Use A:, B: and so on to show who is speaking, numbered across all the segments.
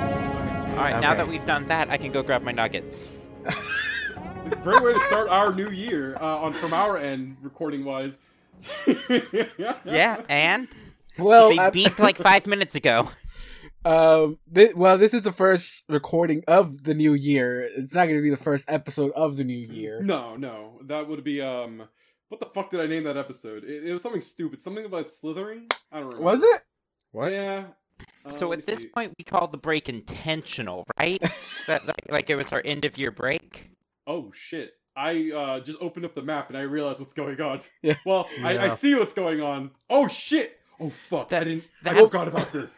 A: All right, now
B: Okay.
A: that we've done that, I can go grab my nuggets.
C: Great way to start our new year uh, on from our end, recording wise.
A: Yeah, and
D: Well,
A: they
D: I-
A: beeped like five minutes ago.
D: um, thi- well, this is the first recording of the new year. It's not going to be the first episode of the new year.
C: No, no, that would be um. What the fuck did I name that episode? It, it was something stupid. Something about slithering. I don't remember.
D: Was it?
B: What?
C: Yeah. Uh,
A: so
C: let
A: at
C: me
A: this
C: see.
A: point, we call the break intentional, right? that like, like it was our end of year break.
C: Oh shit! I uh, just opened up the map and I realized what's going on.
D: Yeah.
C: Well, I, I
B: Yeah.
C: see what's going on. Oh shit! Oh fuck! I
A: That-
C: didn't. I
A: that's-
C: forgot about this.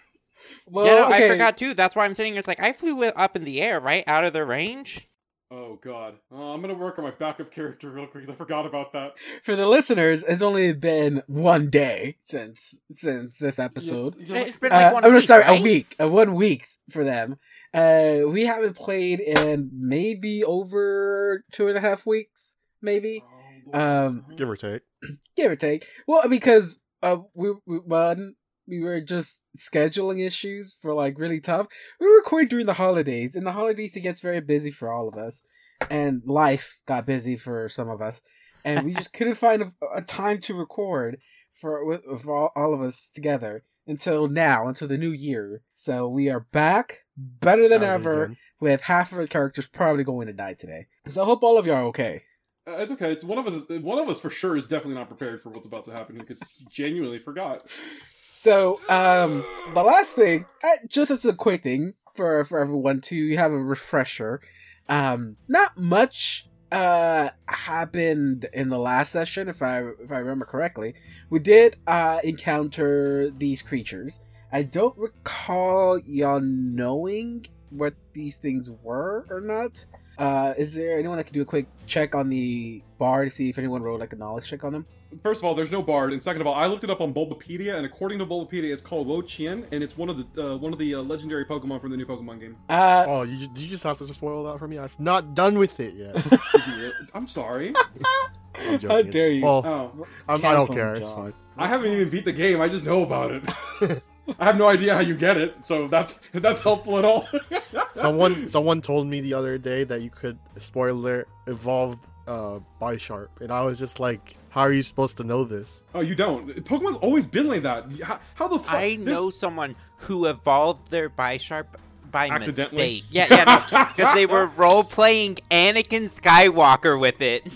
D: Well,
A: yeah, no,
D: okay.
A: I forgot too. That's why I'm sitting here. It's like I flew it up in the air, right, out of their range.
C: Oh god. Uh, I'm gonna work on my backup character real quick because I forgot about that.
D: For the listeners, it's only been one day since since this episode.
C: Yes, you know,
A: It's been
D: Uh,
A: like one
D: I'm
A: week,
D: sorry,
A: right?
D: a week, uh, one week for them. Uh, we haven't played in maybe over two and a half weeks, maybe
C: Oh, Lord.
D: Um,
B: Give or take.
D: give or take. Well, because uh, we, we one we were just scheduling issues for like really tough. We record during the holidays, and the holidays it gets very busy for all of us, and life got busy for some of us, and we just couldn't find a, a time to record for with, with all, all of us together until now, until the new year. So we are back, better than
B: Out of it
D: ever,
B: again.
D: with half of our characters probably going to die today. So I hope all of you are okay.
C: Uh, it's okay. It's one of us. is- One of us for sure is definitely not prepared for what's about to happen because he genuinely forgot.
D: So, um, the last thing, uh, just as a quick thing for for everyone to have a refresher, um, not much uh happened in the last session, if I if I remember correctly. We did uh encounter these creatures. I don't recall y'all knowing what these things were or not. Uh, is there anyone that can do a quick check on the bar to see if anyone rolled like a knowledge check on them?
C: First of all, there's no bard, and second of all, I looked it up on Bulbapedia, and according to Bulbapedia, it's called Wo Chien, and it's one of the uh, one of the uh, legendary Pokemon from the new Pokemon game.
D: Uh,
B: Oh, you, ju- you just have to spoil that for me. I'm not done with it yet.
C: Idiot. I'm sorry.
B: I'm joking.
D: How dare you?
B: Well,
C: Oh.
B: I'm, I don't
D: Cancel,
B: care. It's
D: John.
B: fine.
C: I haven't even beat the game. I just know about it. I have no idea how you get it, so if that's if that's helpful at all.
B: Someone someone told me the other day that you could spoiler evolve uh Bisharp, and I was just like, how are you supposed to know this?
C: oh, you don't. Pokemon's always been like that. How, how the fuck?
A: I know someone who evolved their Bisharp by
C: Accidentally.
A: mistake. Yeah, yeah, no, because they were role playing Anakin Skywalker with it.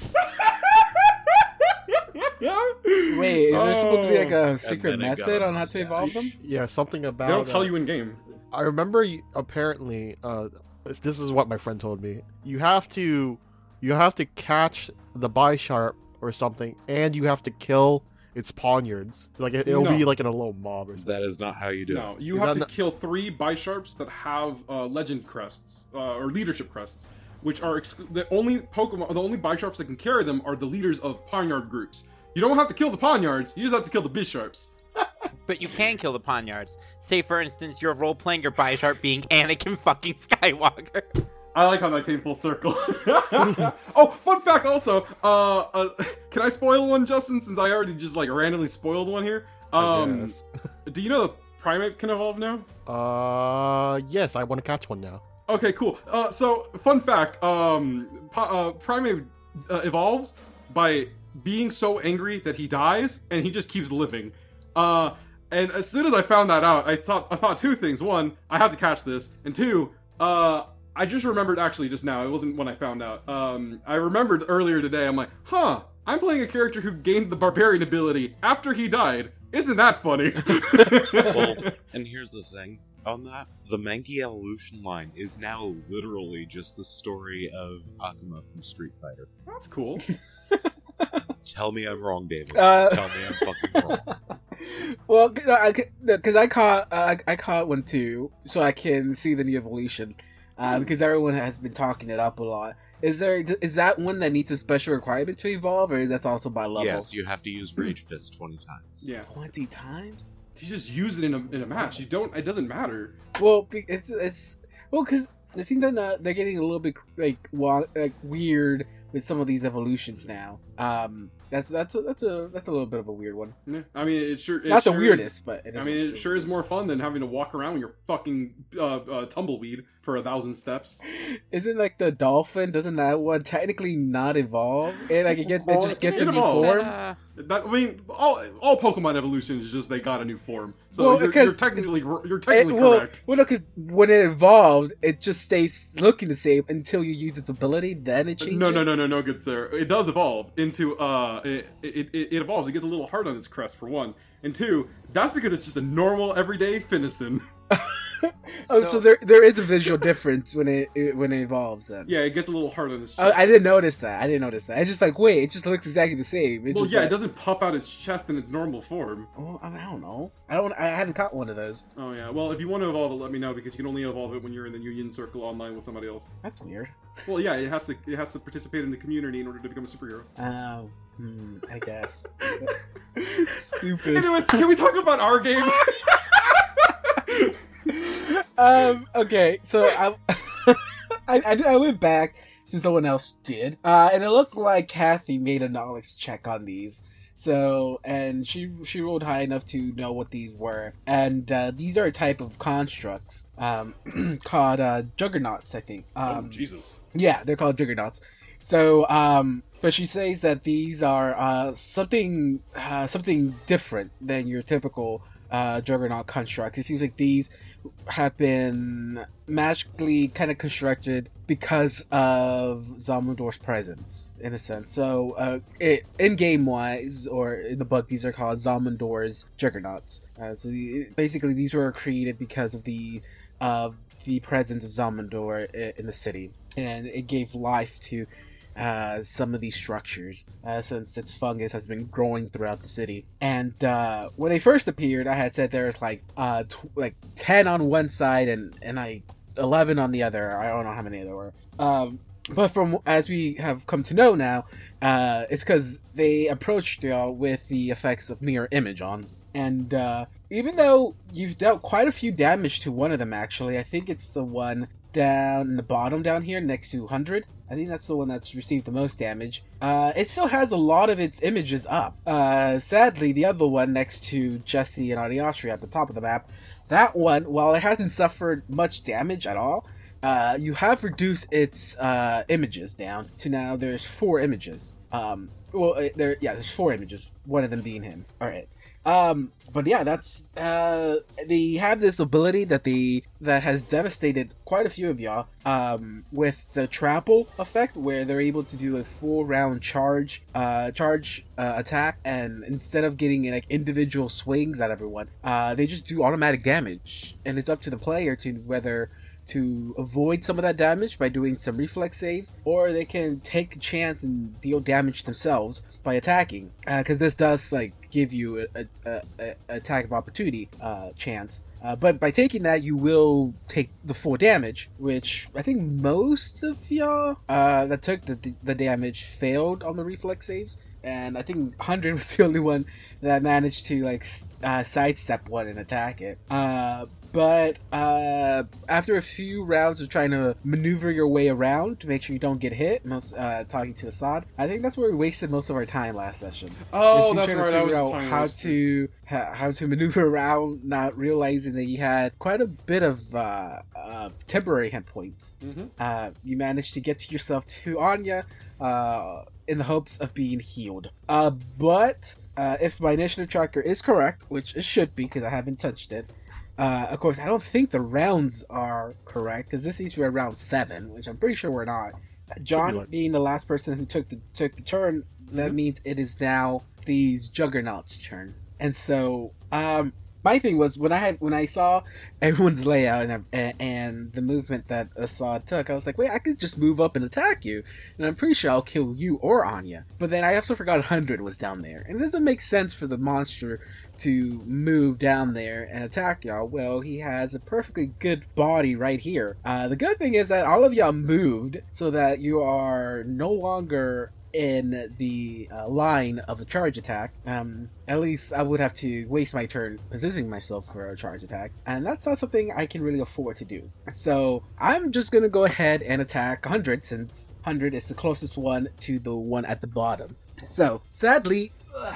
D: Wait, is there supposed to be like
C: Oh.
D: a secret
E: then it got
D: method on how to
E: mustache.
D: evolve them?
B: Yeah, something about.
C: They don't tell
B: uh,
C: you in game.
B: I remember you, apparently uh, this- this is what my friend told me. You have to you have to catch the Bisharp or something, and you have to kill its poniards. Like it, will be
C: No.
B: like in a little mob or something.
E: That is not how you do
C: No,
E: it.
C: you
B: Is
C: have
B: that
C: to
B: not-
C: kill three Bisharps that have uh, legend crests uh, or leadership crests, which are exclu- the only Pokemon. The only Bisharps that can carry them are the leaders of Ponyard groups. You don't have to kill the Ponyards. You just have to kill the Bisharps.
A: But you can kill the Ponyards. Say, for instance, you're role playing your Bisharp being Anakin fucking Skywalker.
C: I like how that came full circle. oh, fun fact also, uh, uh, can I spoil one, Justin? Since I already just like randomly spoiled one here.
B: I
C: Um,
B: guess.
C: do you know the Primate can evolve now?
B: Uh, yes, I want to catch one now.
C: Okay, cool. Uh, so, fun fact: um, P- uh, Primate uh, evolves by being so angry that he dies, and he just keeps living. Uh, and as soon as I found that out, I thought I thought two things: one, I have to catch this, and two, uh, I just remembered actually just now. It wasn't when I found out. Um, I remembered earlier today. I'm like, huh. I'm playing a character who gained the barbarian ability after he died. Isn't that funny?
E: Well, and here's the thing on that the Mankey evolution line is now literally just the story of Akuma from Street Fighter.
C: That's cool.
E: Tell me I'm wrong, David.
D: Uh,
E: Tell me I'm fucking wrong.
D: well, because I caught uh, I caught one too, so I can see the new evolution. Uh, because everyone has been talking it up a lot. Is there is that one that needs a special requirement to evolve, or that's also by level?
E: Yes, you have to use Rage Fist 20 times.
C: Yeah.
D: twenty times.
C: You just use it in a, in a match. You don't. It doesn't matter.
D: Well, be- it's it's well because it seems like not, they're getting a little bit like, wa- like weird with some of these evolutions now. Um, that's that's a, that's a that's a little bit of a weird one.
C: Yeah, I mean, it sure. It
D: Not
C: sure
D: the
C: is-
D: weirdest, but it is
C: I mean,
D: a-
C: it sure is more fun than having to walk around with your fucking uh, uh, tumbleweed for a thousand steps.
D: Isn't like the dolphin? Doesn't that one technically not evolve? And like it, get, it
C: Well,
D: just gets
C: it
D: a new
C: evolves.
D: form.
A: Uh,
C: That, I mean, all all Pokemon evolution is just they got a new form. So
D: Well,
C: you're,
D: because-
C: you're technically r- you're
D: It-
C: technically
D: well,
C: correct.
D: well, no, 'cause when it evolves, it just stays looking the same until you use its ability. Then it changes.
C: No, no, no, no, no, good sir. It does evolve into uh, it, it, it it evolves. It gets a little hard on its crest for one, and two, that's because it's just a normal everyday Finnison.
D: Oh, so, there there is a visual difference when it, it- when it evolves. Then
C: Yeah, it gets a little hard on its chest.
D: Oh, I didn't notice that. I didn't notice that. It's just like wait, it just looks exactly the same. It's
C: well,
D: just
C: yeah,
D: like,
C: it doesn't pop out its chest in its normal form.
D: Oh, I I don't know. I don't. I haven't caught one of those.
C: Oh yeah. Well, if you want to evolve it, let me know because you can only evolve it when you're in the union circle online with somebody else.
D: That's weird.
C: Well, yeah, it has to it has to participate in the community in order to become a superhero.
D: Oh, hmm, I guess. Stupid.
C: Anyways, can we talk about our game?
D: um. Okay. So I, I, I, did- I went back since someone else did, uh, and it looked like Kathy made a knowledge check on these. So and she she rolled high enough to know what these were, and uh, these are a type of constructs um, called uh, juggernauts, I think.
C: oh
D: Um,
C: Jesus.
D: yeah, they're called juggernauts. So, um, but she says that these are uh, something uh, something different than your typical uh, juggernaut constructs. It seems like these have been magically kind of constructed because of Zamudor's presence, in a sense. So, uh, it, in game wise, or in the book, these are called Zamudor's juggernauts. Uh, so, the, basically, these were created because of the of the presence of Zamindor i- in the city, and it gave life to uh, some of these structures uh, since its fungus has been growing throughout the city. And uh, when they first appeared, I had said there was like uh, tw- like ten on one side and and like eleven on the other. I don't know how many there were. Um, but from as we have come to know now, uh, it's because they approached y'all with the effects of mirror image on, and uh, even though you've dealt quite a few damage to one of them, actually, I think it's the one down in the bottom down here next to 100. I think that's the one that's received the most damage. Uh, it still has a lot of its images up. Uh, sadly, the other one next to Jesse and Ariashri at the top of the map, that one, while it hasn't suffered much damage at all, uh, you have reduced its uh, images down to now there's four images. Um, well, uh, there, yeah, there's four images. One of them being him. All right. Um, but yeah, that's uh, they have this ability that they that has devastated quite a few of y'all. Um, with the trample effect, where they're able to do a full round charge, uh, charge uh, attack, and instead of getting like individual swings at everyone, uh, they just do automatic damage, and it's up to the player to whether to avoid some of that damage by doing some reflex saves, or they can take the chance and deal damage themselves by attacking. Because this does like give you a, a, a, a attack of opportunity uh, chance. Uh, but by taking that, you will take the full damage, which I think most of y'all uh, that took the, the damage failed on the reflex saves. And I think 100 was the only one that managed to like s- uh, sidestep one and attack it. Uh, but uh, after a few rounds of trying to maneuver your way around to make sure you don't get hit, most uh, talking to Assad, I think that's where we wasted most of our time last session.
C: Oh,
D: Is he
C: that's
D: trying to
C: right. I was
D: figure
C: the
D: out
C: time
D: how
C: waster.
D: to how, how to maneuver around, not realizing that you had quite a bit of uh, uh, temporary hit points.
C: Mhm.
D: Uh, you managed to get yourself to Anya uh, in the hopes of being healed. Uh, but uh, if my initiative tracker is correct, which it should be because I haven't touched it. Uh, of course, I don't think the rounds are correct because this needs to be around seven, which I'm pretty sure we're not. John
B: like-
D: being the last person who took the took the turn, that means it is now these juggernauts' turn. And so, um, my thing was when I had when I saw everyone's layout and and, and the movement that Assad took, I was like, wait, I could just move up and attack you, and I'm pretty sure I'll kill you or Anya. But then I also forgot hundred was down there, and it doesn't make sense for the monster to move down there and attack y'all. Well, he has a perfectly good body right here. Uh, the good thing is that all of y'all moved so that you are no longer in the uh, line of a charge attack. Um, at least I would have to waste my turn positioning myself for a charge attack, and that's not something I can really afford to do. So I'm just gonna go ahead and attack 100 since hundred is the closest one to the one at the bottom. So sadly, ugh,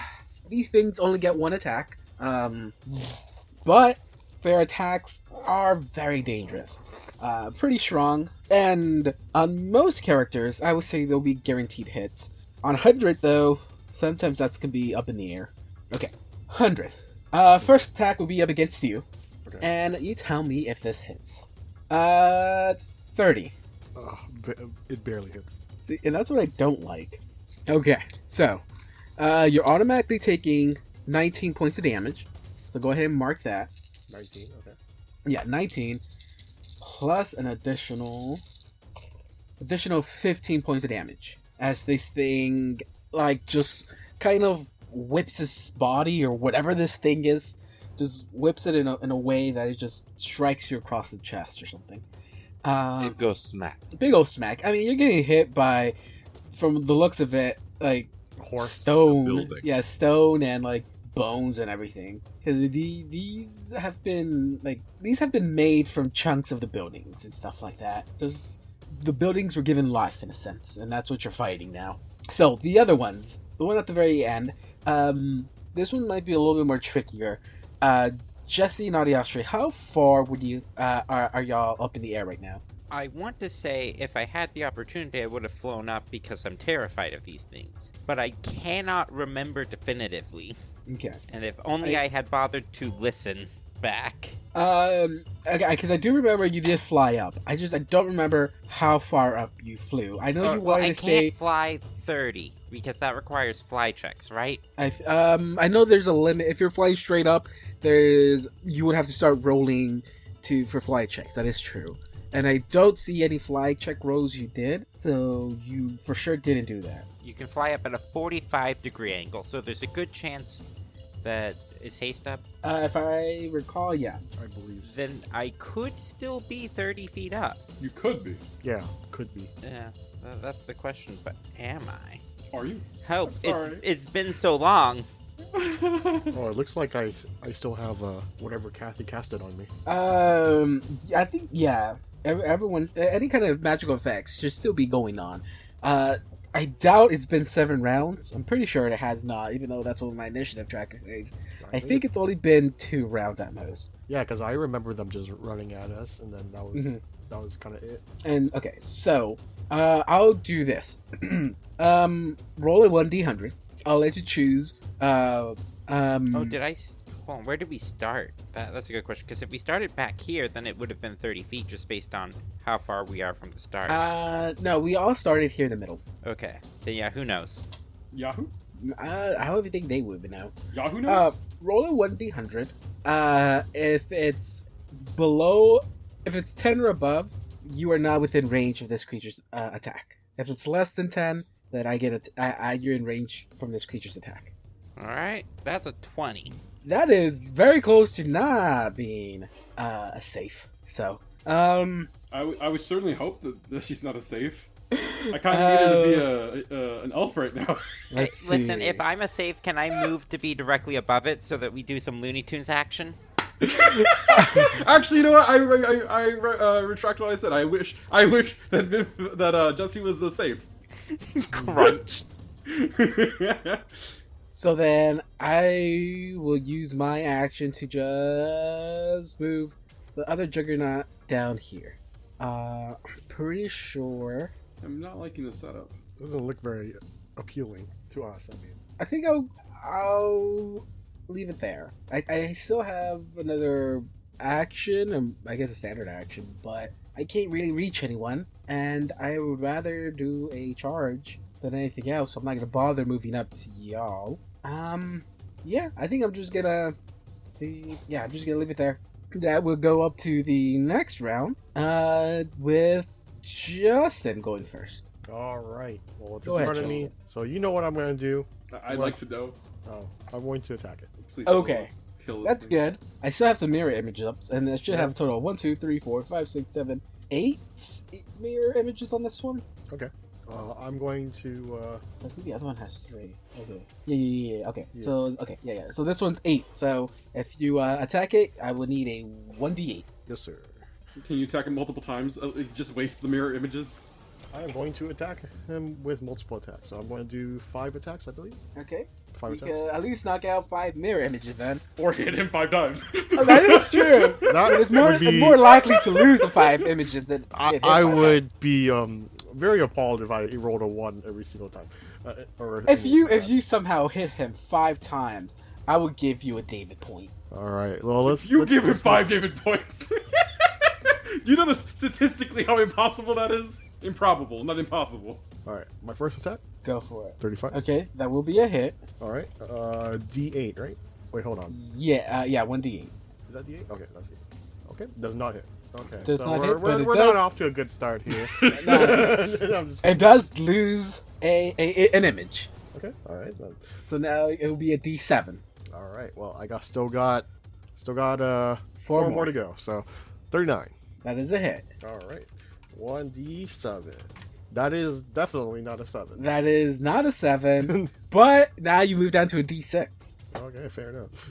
D: these things only get one attack. Um, but their attacks are very dangerous, uh, pretty strong, and on most characters, I would say they'll be guaranteed hits. On hundred though, sometimes that's gonna be up in the air. Okay, hundred. Uh, first attack will be up against you,
B: Okay.
D: and you tell me if this hits. Uh, thirty.
B: Ugh, ba- it barely hits.
D: See, and that's what I don't like. Okay, so uh, you're automatically taking 19 points of damage. So go ahead and mark that.
B: 19. Okay.
D: Yeah, 19 plus an additional additional 15 points of damage as this thing like just kind of whips its body or whatever this thing is just whips it in a, in a way that it just strikes you across the chest or something. Um,
E: It goes smack.
D: big old smack. I mean, you're getting hit by, from the looks of it, like
B: Horse.
D: stone.
E: building.
D: Yeah, stone and like bones and everything. Because the, these have been like these have been made from chunks of the buildings and stuff like that. Just the buildings were given life in a sense, and that's what you're fighting now. So the other ones, the one at the very end, um, this one might be a little bit more trickier. Uh, Jesse and Adiastri, how far would you uh, are, are y'all up in the air right now?
A: I want to say if I had the opportunity, I would have flown up because I'm terrified of these things. But I cannot remember definitively.
D: Okay.
A: And if only I, had bothered to listen back.
D: Um, okay, because I do remember you did fly up. I just I don't remember how far up you flew. I know
A: Or-
D: you
A: Uh, well,
D: wanted
A: I
D: to
A: can't
D: stay.
A: fly 30 because that requires fly checks, right?
D: I th- um, I know there's a limit. If you're flying straight up, there's you would have to start rolling to for fly checks. That is true. And I don't see any fly check rolls you did, so you for sure didn't do that.
A: You can fly up at a 45 degree angle, so there's a good chance that is haste up.
D: Uh, if I recall, yes.
B: I believe.
A: Then I could still be 30 feet up.
C: You could be.
B: Yeah, could be.
A: Yeah, tha- that's the question. But am I?
C: Are you?
A: Hope
C: I'm
A: it's
C: sorry.
A: it's been so long.
B: Oh, it looks like I I still have uh whatever Kathy casted on me.
D: Um, I think yeah. ev- Everyone, any kind of magical effects should still be going on. Uh, I doubt it's been seven rounds. I'm pretty sure it has not, even though that's what my initiative tracker says. I think it's only been two rounds at most.
B: Yeah, because I remember them just running at us, and then that was
D: Mhm.
B: that was kind of it.
D: And okay, so uh, I'll do this. um, roll a one d hundred. I'll let you choose. Uh, um,
A: Oh, did I? s- Hold on. Where did we start? That, that's a good question. Because if we started back here, then it would have been 30 feet just based on how far we are from the start.
D: uh, no, we all started here in the middle.
A: okay. Then yeah, who knows?
C: Yahoo?
D: Uh, I don't even think they would know.
C: Yahoo
D: Uh,
C: knows?
D: roll a one d hundred. Uh, if it's below, if it's ten or above, you are not within range of this creature's uh, attack. If it's less than ten, then I get it. I, I you're in range from this creature's attack.
A: All right. That's a 20.
D: That is very close to not being uh, safe. So, um,
C: I, w- I would certainly hope that, that she's not a safe. I kind of needed to be a, a, an elf right now.
D: uh, let's
A: Hey, listen,
D: see.
A: if I'm a save, can I move to be directly above it so that we do some Looney Tunes action?
C: Actually, you know what? I I, I, I uh, retract what I said. I wish I wish that that uh, Jesse was uh, safe.
A: Crunch.
D: So then I will use my action to just move the other juggernaut down here. Uh, I'm pretty sure.
C: I'm not liking the setup.
B: Doesn't look very appealing to us. I mean,
D: I think I'll I'll leave it there. I, I still have another action, um, I guess a standard action, but I can't really reach anyone, and I would rather do a charge than anything else. So I'm not gonna bother moving up to y'all. Um, yeah, I think I'm just gonna, the, yeah, I'm just gonna leave it there. That will go up to the next round, uh, with Justin going first.
B: all right. Well, it's in
D: Go ahead,
B: front of me, so you know what I'm going to do.
C: I, I'd like to know.
B: Oh, I'm going to attack it.
C: Please don't
D: Okay.
C: let us kill this
D: That's
C: thing.
D: good. I still have some mirror images up, and I should have a total of one, two, three, four, five, six, seven, eight mirror images on this one.
B: Uh, I'm going to. Uh,
D: I think the other one has three. Okay. Yeah, yeah, yeah. yeah. Okay.
B: Yeah.
D: So, okay, yeah, yeah. So this one's eight. So if you uh, attack it, I would need a one d eight.
B: yes, sir.
C: Can you attack him multiple times? Uh, just waste the mirror images.
B: I'm going to attack him with multiple attacks. So I'm going to do five attacks, I believe.
D: Okay.
B: Five
D: you
B: attacks.
D: can at least knock out five mirror images then.
C: Or hit him five times.
D: Uh, that is true.
B: That
D: But it's more
B: would be,
D: more likely to lose the five images than
B: I,
D: get hit
B: I
D: by that.
B: would be um very appalled if I rolled a one every single time. Uh, or
D: If you if you somehow hit him five times, I would give you a David point.
B: all right, well let's
C: You
B: let's-
C: give him
B: let's-
C: five David points. you know the statistically how impossible that is? Improbable, not impossible.
B: All right, my first attack,
D: Go for it.
B: thirty-five.
D: Okay, that will be a hit.
B: All right, uh, D8, right? Wait, hold on.
D: Yeah, uh, yeah, one D eight.
B: Is that D8? Okay, that's it. Okay, does not hit. Okay,
D: Does not
B: we're,
D: hit,
B: we're,
D: but it
B: we're
D: does-
B: not off to a good start here. I'm just-
D: It does lose a, a, a- an image.
B: okay, all right, then.
D: So now it will be a D seven.
B: all right. Well, I got still got, still got uh four,
D: Four more.
B: more to go. So, thirty-nine.
D: That is a hit.
B: All right, one D seven. That is definitely not a seven.
D: That is not a seven, but now you move down to a D six.
B: Okay, fair enough.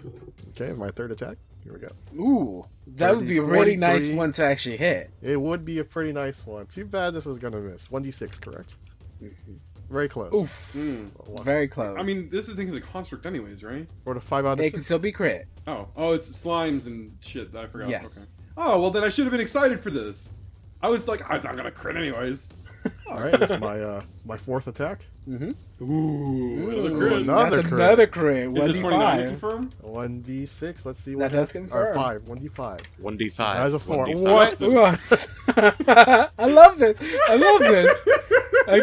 B: Okay, my third attack. Here we go.
D: Ooh, that would be a
B: 30,
D: really nice
B: 43.
D: one to actually hit.
B: It would be a pretty nice one. Too bad this is gonna miss. One D six, correct? Very close.
D: Mm-hmm. Oof,
B: One-
D: Mm. very close.
C: I mean, this is the thing is a construct, anyways, right?
B: Or the five out of
D: it can
B: six.
D: still be crit.
C: Oh, oh, it's slimes and shit. that I forgot.
D: Yes.
C: Okay. Oh well, then I should have been excited for this. I was like, I was not gonna crit anyways.
B: All right, that's my uh my fourth attack.
C: Ooh,
D: Ooh,
C: another crit.
B: no. Another
D: that's
B: crit.
D: another crit. One
C: Is it
D: D
C: 29
D: five.
C: confirm?
B: One D six. Let's see
D: That
B: what
D: does
B: hap-
D: confirm.
B: Or five. One D five.
E: 1d5.
B: That is a four.
E: 1d5.
B: What?
D: What? I love this. I love this.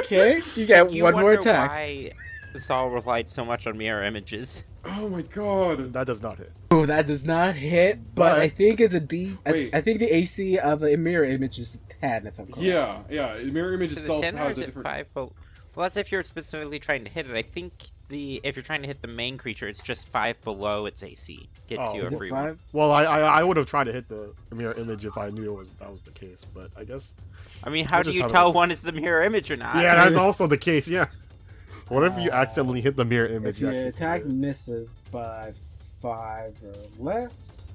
D: Okay, you get
A: You
D: one more
A: wonder
D: attack.
A: Why Saul relied so much on mirror images.
C: Oh my god.
B: That does not hit.
D: Oh, that does not hit, but
B: But-
D: I think it's a D. I,
C: Wait.
D: I think the AC of the mirror image is a tad, if I'm correct.
C: Yeah, yeah. Mirror image
A: Is it
C: itself
A: ten or
C: has
A: is
C: a
A: it
C: different.
A: five? Well, well, that's if you're specifically trying to hit it. I think the if you're trying to hit the main creature, it's just five below its AC. Gets
B: Oh,
A: you a
D: Is
A: free
D: it
A: one.
D: five?
B: Well, I I, I would have tried to hit the mirror image if I knew it was that was the case, but I guess
A: I mean, how
B: We'll
A: do
B: just
A: you
B: have it
A: tell
B: open.
A: one is the mirror image or not?
B: yeah, that's also the case. Yeah. What if you accidentally hit the mirror image?
D: uh, If your
B: actually
D: attack
B: hit it?
D: misses by five or less,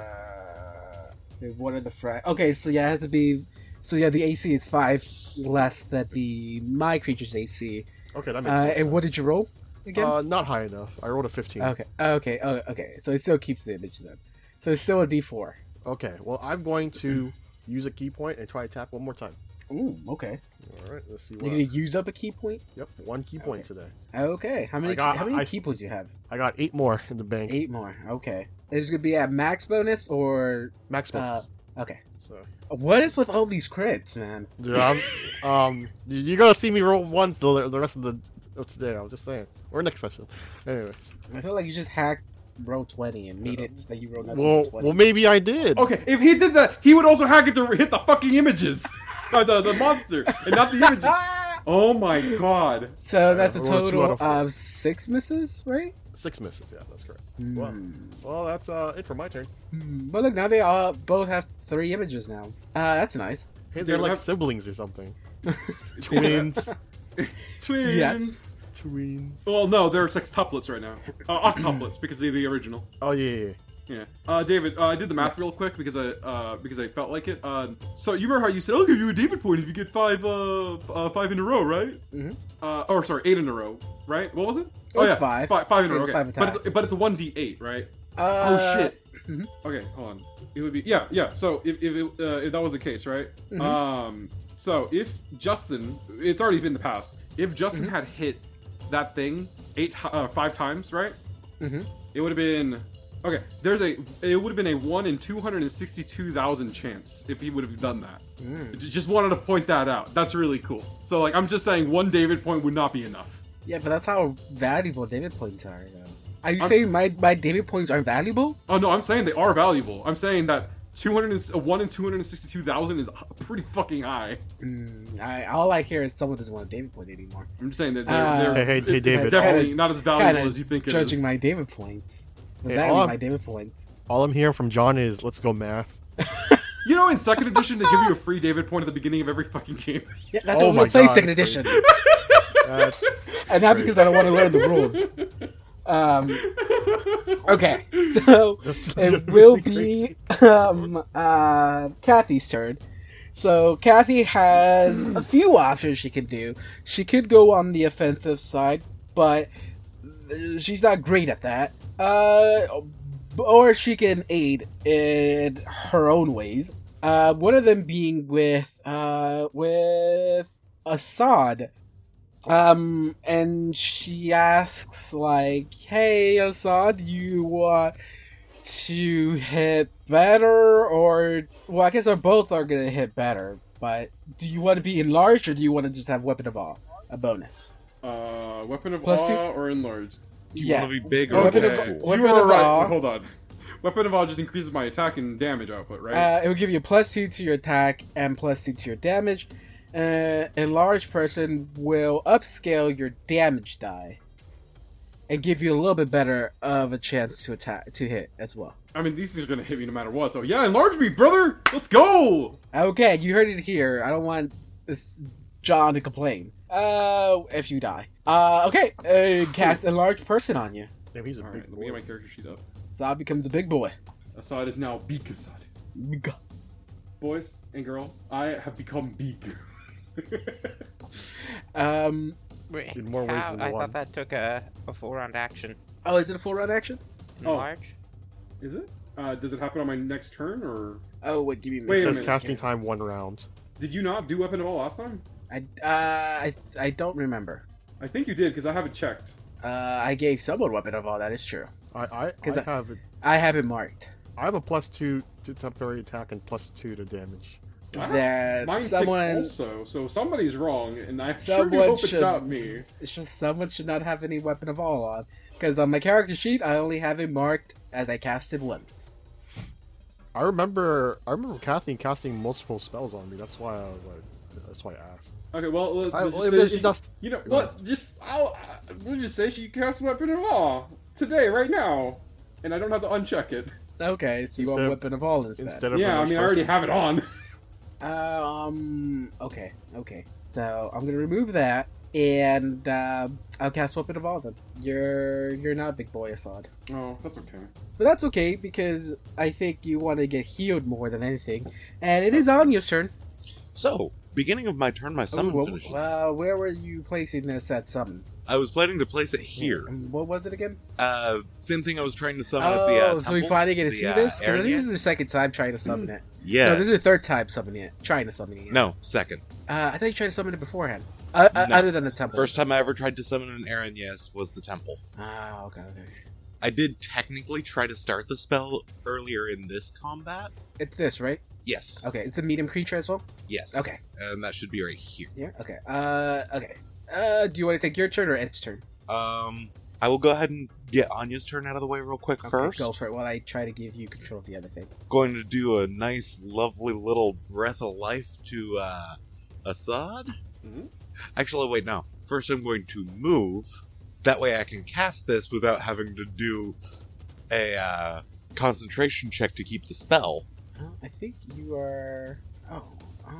D: uh, if one of the frag. Okay, so yeah, it has to be. So yeah, the AC is five less than the my creature's AC.
B: Okay, that
D: Uh,
B: makes. more
D: and what
B: sense.
D: did you roll again?
B: Uh, not high enough. I rolled a fifteen.
D: Okay. Okay. Oh, okay. So it still keeps the image then. So it's still a D4.
B: Okay, well, I'm going to use a key point and try to tap one more time.
D: Ooh. Okay.
B: All right, let's see
D: You're
B: what.
D: gonna use up a key point.
B: Yep, one key point today.
D: Okay. How many?
B: I got-
D: how many
B: I-
D: key points you have?
B: I got eight more in the bank.
D: Eight more. Okay. It's gonna be at max bonus or
B: max
D: uh,
B: bonus.
D: okay.
B: so
D: What is with all these crits, man?
B: yeah, I'm, um, you- you're gonna see me roll once the the rest of the of today. I'm just saying, or next session. Anyways,
D: I feel like you just hacked roll twenty and meet it that you rolled another
B: well,
D: twenty.
B: well, maybe I did.
C: Okay, if he did that, he would also hack it to hit the fucking images, uh, the the monster, and not the images. Oh my god.
D: so that's a
B: I rolled a Uh, two
D: total
B: out of
D: of,
B: four.
D: six misses, right?
B: Six misses. Yeah, that's correct. Wow.
D: Hmm.
B: Well, that's uh it for my turn.
D: Hmm. But look, now they all both have three images now. Uh, that's nice.
B: Hey,
C: Dude,
B: they're like
C: I've-
B: siblings or something. twins,
C: Twins.
D: Yes.
B: twins.
C: Well, no, there are sextuplets right now. Uh, octuplets because they're the original.
B: Oh yeah, yeah, yeah.
C: Yeah. Uh, David, uh, I did the math
D: Yes.
C: real quick because I uh, because I felt like it. Uh, so you remember how you said I'll give you a David point if you get five uh, f- uh five in a row, right?
D: Mhm.
C: Uh, or sorry, eight in a row, right? What was it?
B: Oh,
C: Oh,
D: It was Oh, five.
C: Five, five in a
D: It
C: row.
D: was
C: Okay.
D: five
C: but
D: attacks.
C: it's but it's a one d eight, right?
D: Uh,
C: oh shit.
D: mhm.
C: Okay, hold on. It would be yeah, yeah. So if if, it, uh, if that was the case, right?
D: Mhm.
C: Um, so if Justin, it's already been the past. If Justin
D: Mm-hmm.
C: had hit that thing eight ti- uh, five times, right?
D: Mhm.
C: It would have been okay. There's a it would have been a one in two hundred and sixty two thousand chance if he would have done that.
D: Mm.
C: J- Just wanted to point that out. That's really cool. So like I'm just saying, one David point would not be enough.
D: Yeah, but that's how valuable David points are. Though. Are you
C: I'm-
D: saying my my David points are valuable?
C: Oh no, I'm saying they are valuable. I'm saying that. 200 is, uh, 1 in 262,000 is uh, pretty fucking high.
D: Mm, I all I hear is someone doesn't want a David point anymore.
C: I'm just saying that they're,
D: Uh,
C: they're
B: Hey, hey, hey,
C: it's
B: David.
C: definitely
D: Kinda-
C: not as valuable
D: Kinda
C: as you think it is.
D: judging my David points. The
B: Hey,
D: value
B: all
D: of
B: I'm-
D: my David points.
B: All I'm hearing from John is let's go math.
C: You know, in second edition, they give you a free David point at the beginning of every fucking game.
D: Yeah, that's
B: Oh
D: what we
B: my
D: play
B: God,
D: second
B: that's
D: edition,
B: That's
D: and not because I don't want to learn the rules. Um, okay, so
B: That's just
D: it
B: really
D: will
B: crazy.
D: be um, uh, Kathy's turn. So Kathy has a few options she can do. She could go on the offensive side, but she's not great at that. Uh, or she can aid in her own ways. Uh, one of them being with uh, with Assad. Um, and she asks like, "Hey, Assad, you uh, want to hit better, or well, I guess or both are gonna hit better. But do you want to be enlarged, or do you want to just have weapon of all, a bonus?
C: Uh, weapon of
D: Plus two-
C: awe or enlarged.
E: Do you
D: Yeah.
E: want to be big or
D: Weapon of-
E: little?
C: Okay,
D: weapon
C: you are
D: of
C: right.
D: awe.
C: Hold on. Weapon of all just increases my attack and damage output, right?
D: Uh, it will give you plus two to your attack and plus two to your damage. Uh, enlarged person will upscale your damage die and give you a little bit better of a chance to attack to hit as well.
C: I mean, these things are gonna hit me no matter what. So yeah, enlarge me, brother. Let's go.
D: Okay, you heard it here. I don't want this John to complain. Uh, if you die. Uh, okay. Uh, cast enlarged person on you.
B: Damn, he's a
C: All right,
B: big
C: let me get
B: boy.
C: my character sheet up.
D: Saad becomes a big boy.
C: Assad is now big Assad. Boys and girl, I have become big.
D: Um.
A: Wait,
B: In more ways
A: how-
B: than
A: I
B: one.
A: thought that took a, a full round action.
D: Oh, is it a full round action?
C: Oh.
A: Enlarge?
C: is it? Uh, does it happen on my next turn or
D: Oh, wait. Give me. a
C: Wait
B: It
C: a
D: minute.
B: says
C: minute.
B: casting time one round.
C: did you not do weapon of all last time?
D: I uh I I don't remember.
C: I think you did because I haven't checked.
D: Uh, I gave someone weapon of all. That is true.
B: I I, I
D: 'Cause I-
B: have a,
D: I have it marked.
B: I have a plus two to temporary attack and plus two to damage.
C: Wow.
D: That
C: Mine ticked
D: someone
C: also, so somebody's wrong, and I sure do
D: Someone
C: hope
D: should-
C: it's not me.
D: it's just someone should not have any weapon of all on because on my character sheet I only have it marked as I cast it once.
B: I remember I remember Kathleen casting multiple spells on me. That's why I was like, that's why I asked.
C: Okay, well, let-
B: I,
C: let's just
B: if
C: say
B: there's
C: she-
B: just-
C: you know what? Just I'll, I- we'll just say she cast weapon of all today, right now, and I don't have to uncheck it.
D: Okay, so
B: Instead
D: you want
B: of-
D: weapon of all instead.
B: instead of
C: yeah, I
B: enlarged
C: mean, I already
B: person.
C: have it on.
D: um. Okay. Okay. So I'm gonna remove that and uh, I'll cast weapon of all then. You're you're not big boy Assad.
C: Oh, that's okay.
D: But that's okay because I think you want to get healed more than anything. And it is Anya's turn.
E: So, beginning of my turn, my summon
D: Ooh, what-
E: finishes.
D: uh, where were you placing this at summon?
E: I was planning to place it here.
D: And What was it again?
E: Uh, same thing I was trying to summon
D: oh,
E: at the uh, temple.
D: so we finally get to
E: the,
D: see
E: uh,
D: this? 'Cause I think
E: Aranya.
D: this is the second time trying to summon it.
E: Yes.
D: No, this is the third time summoning it. Trying to summon it.
E: No, second.
D: Uh, I thought you tried to summon it beforehand. Uh, uh,
E: No.
D: Other than the temple.
E: First time I ever tried to summon an Aaron, yes, was the temple.
D: Ah, okay, okay.
E: I did technically try to start the spell earlier in this combat.
D: It's this, right?
E: Yes.
D: Okay, it's a medium creature as well?
E: Yes.
D: Okay.
E: And that should be right here.
D: Yeah, okay. Uh, okay. Uh, do you want to take your turn or Ed's turn?
E: Um, I will go ahead and get Anya's turn out of the way real quick
D: Okay,
E: first.
D: Go for it while I try to give you control of the other thing.
E: Going to do a nice, lovely little breath of life to uh, Assad.
D: Mm-hmm.
C: Mhm.
E: Actually, wait, no. First, I'm going to move. That way, I can cast this without having to do a uh, concentration check to keep the spell.
D: Uh, I think you are. Oh, uh,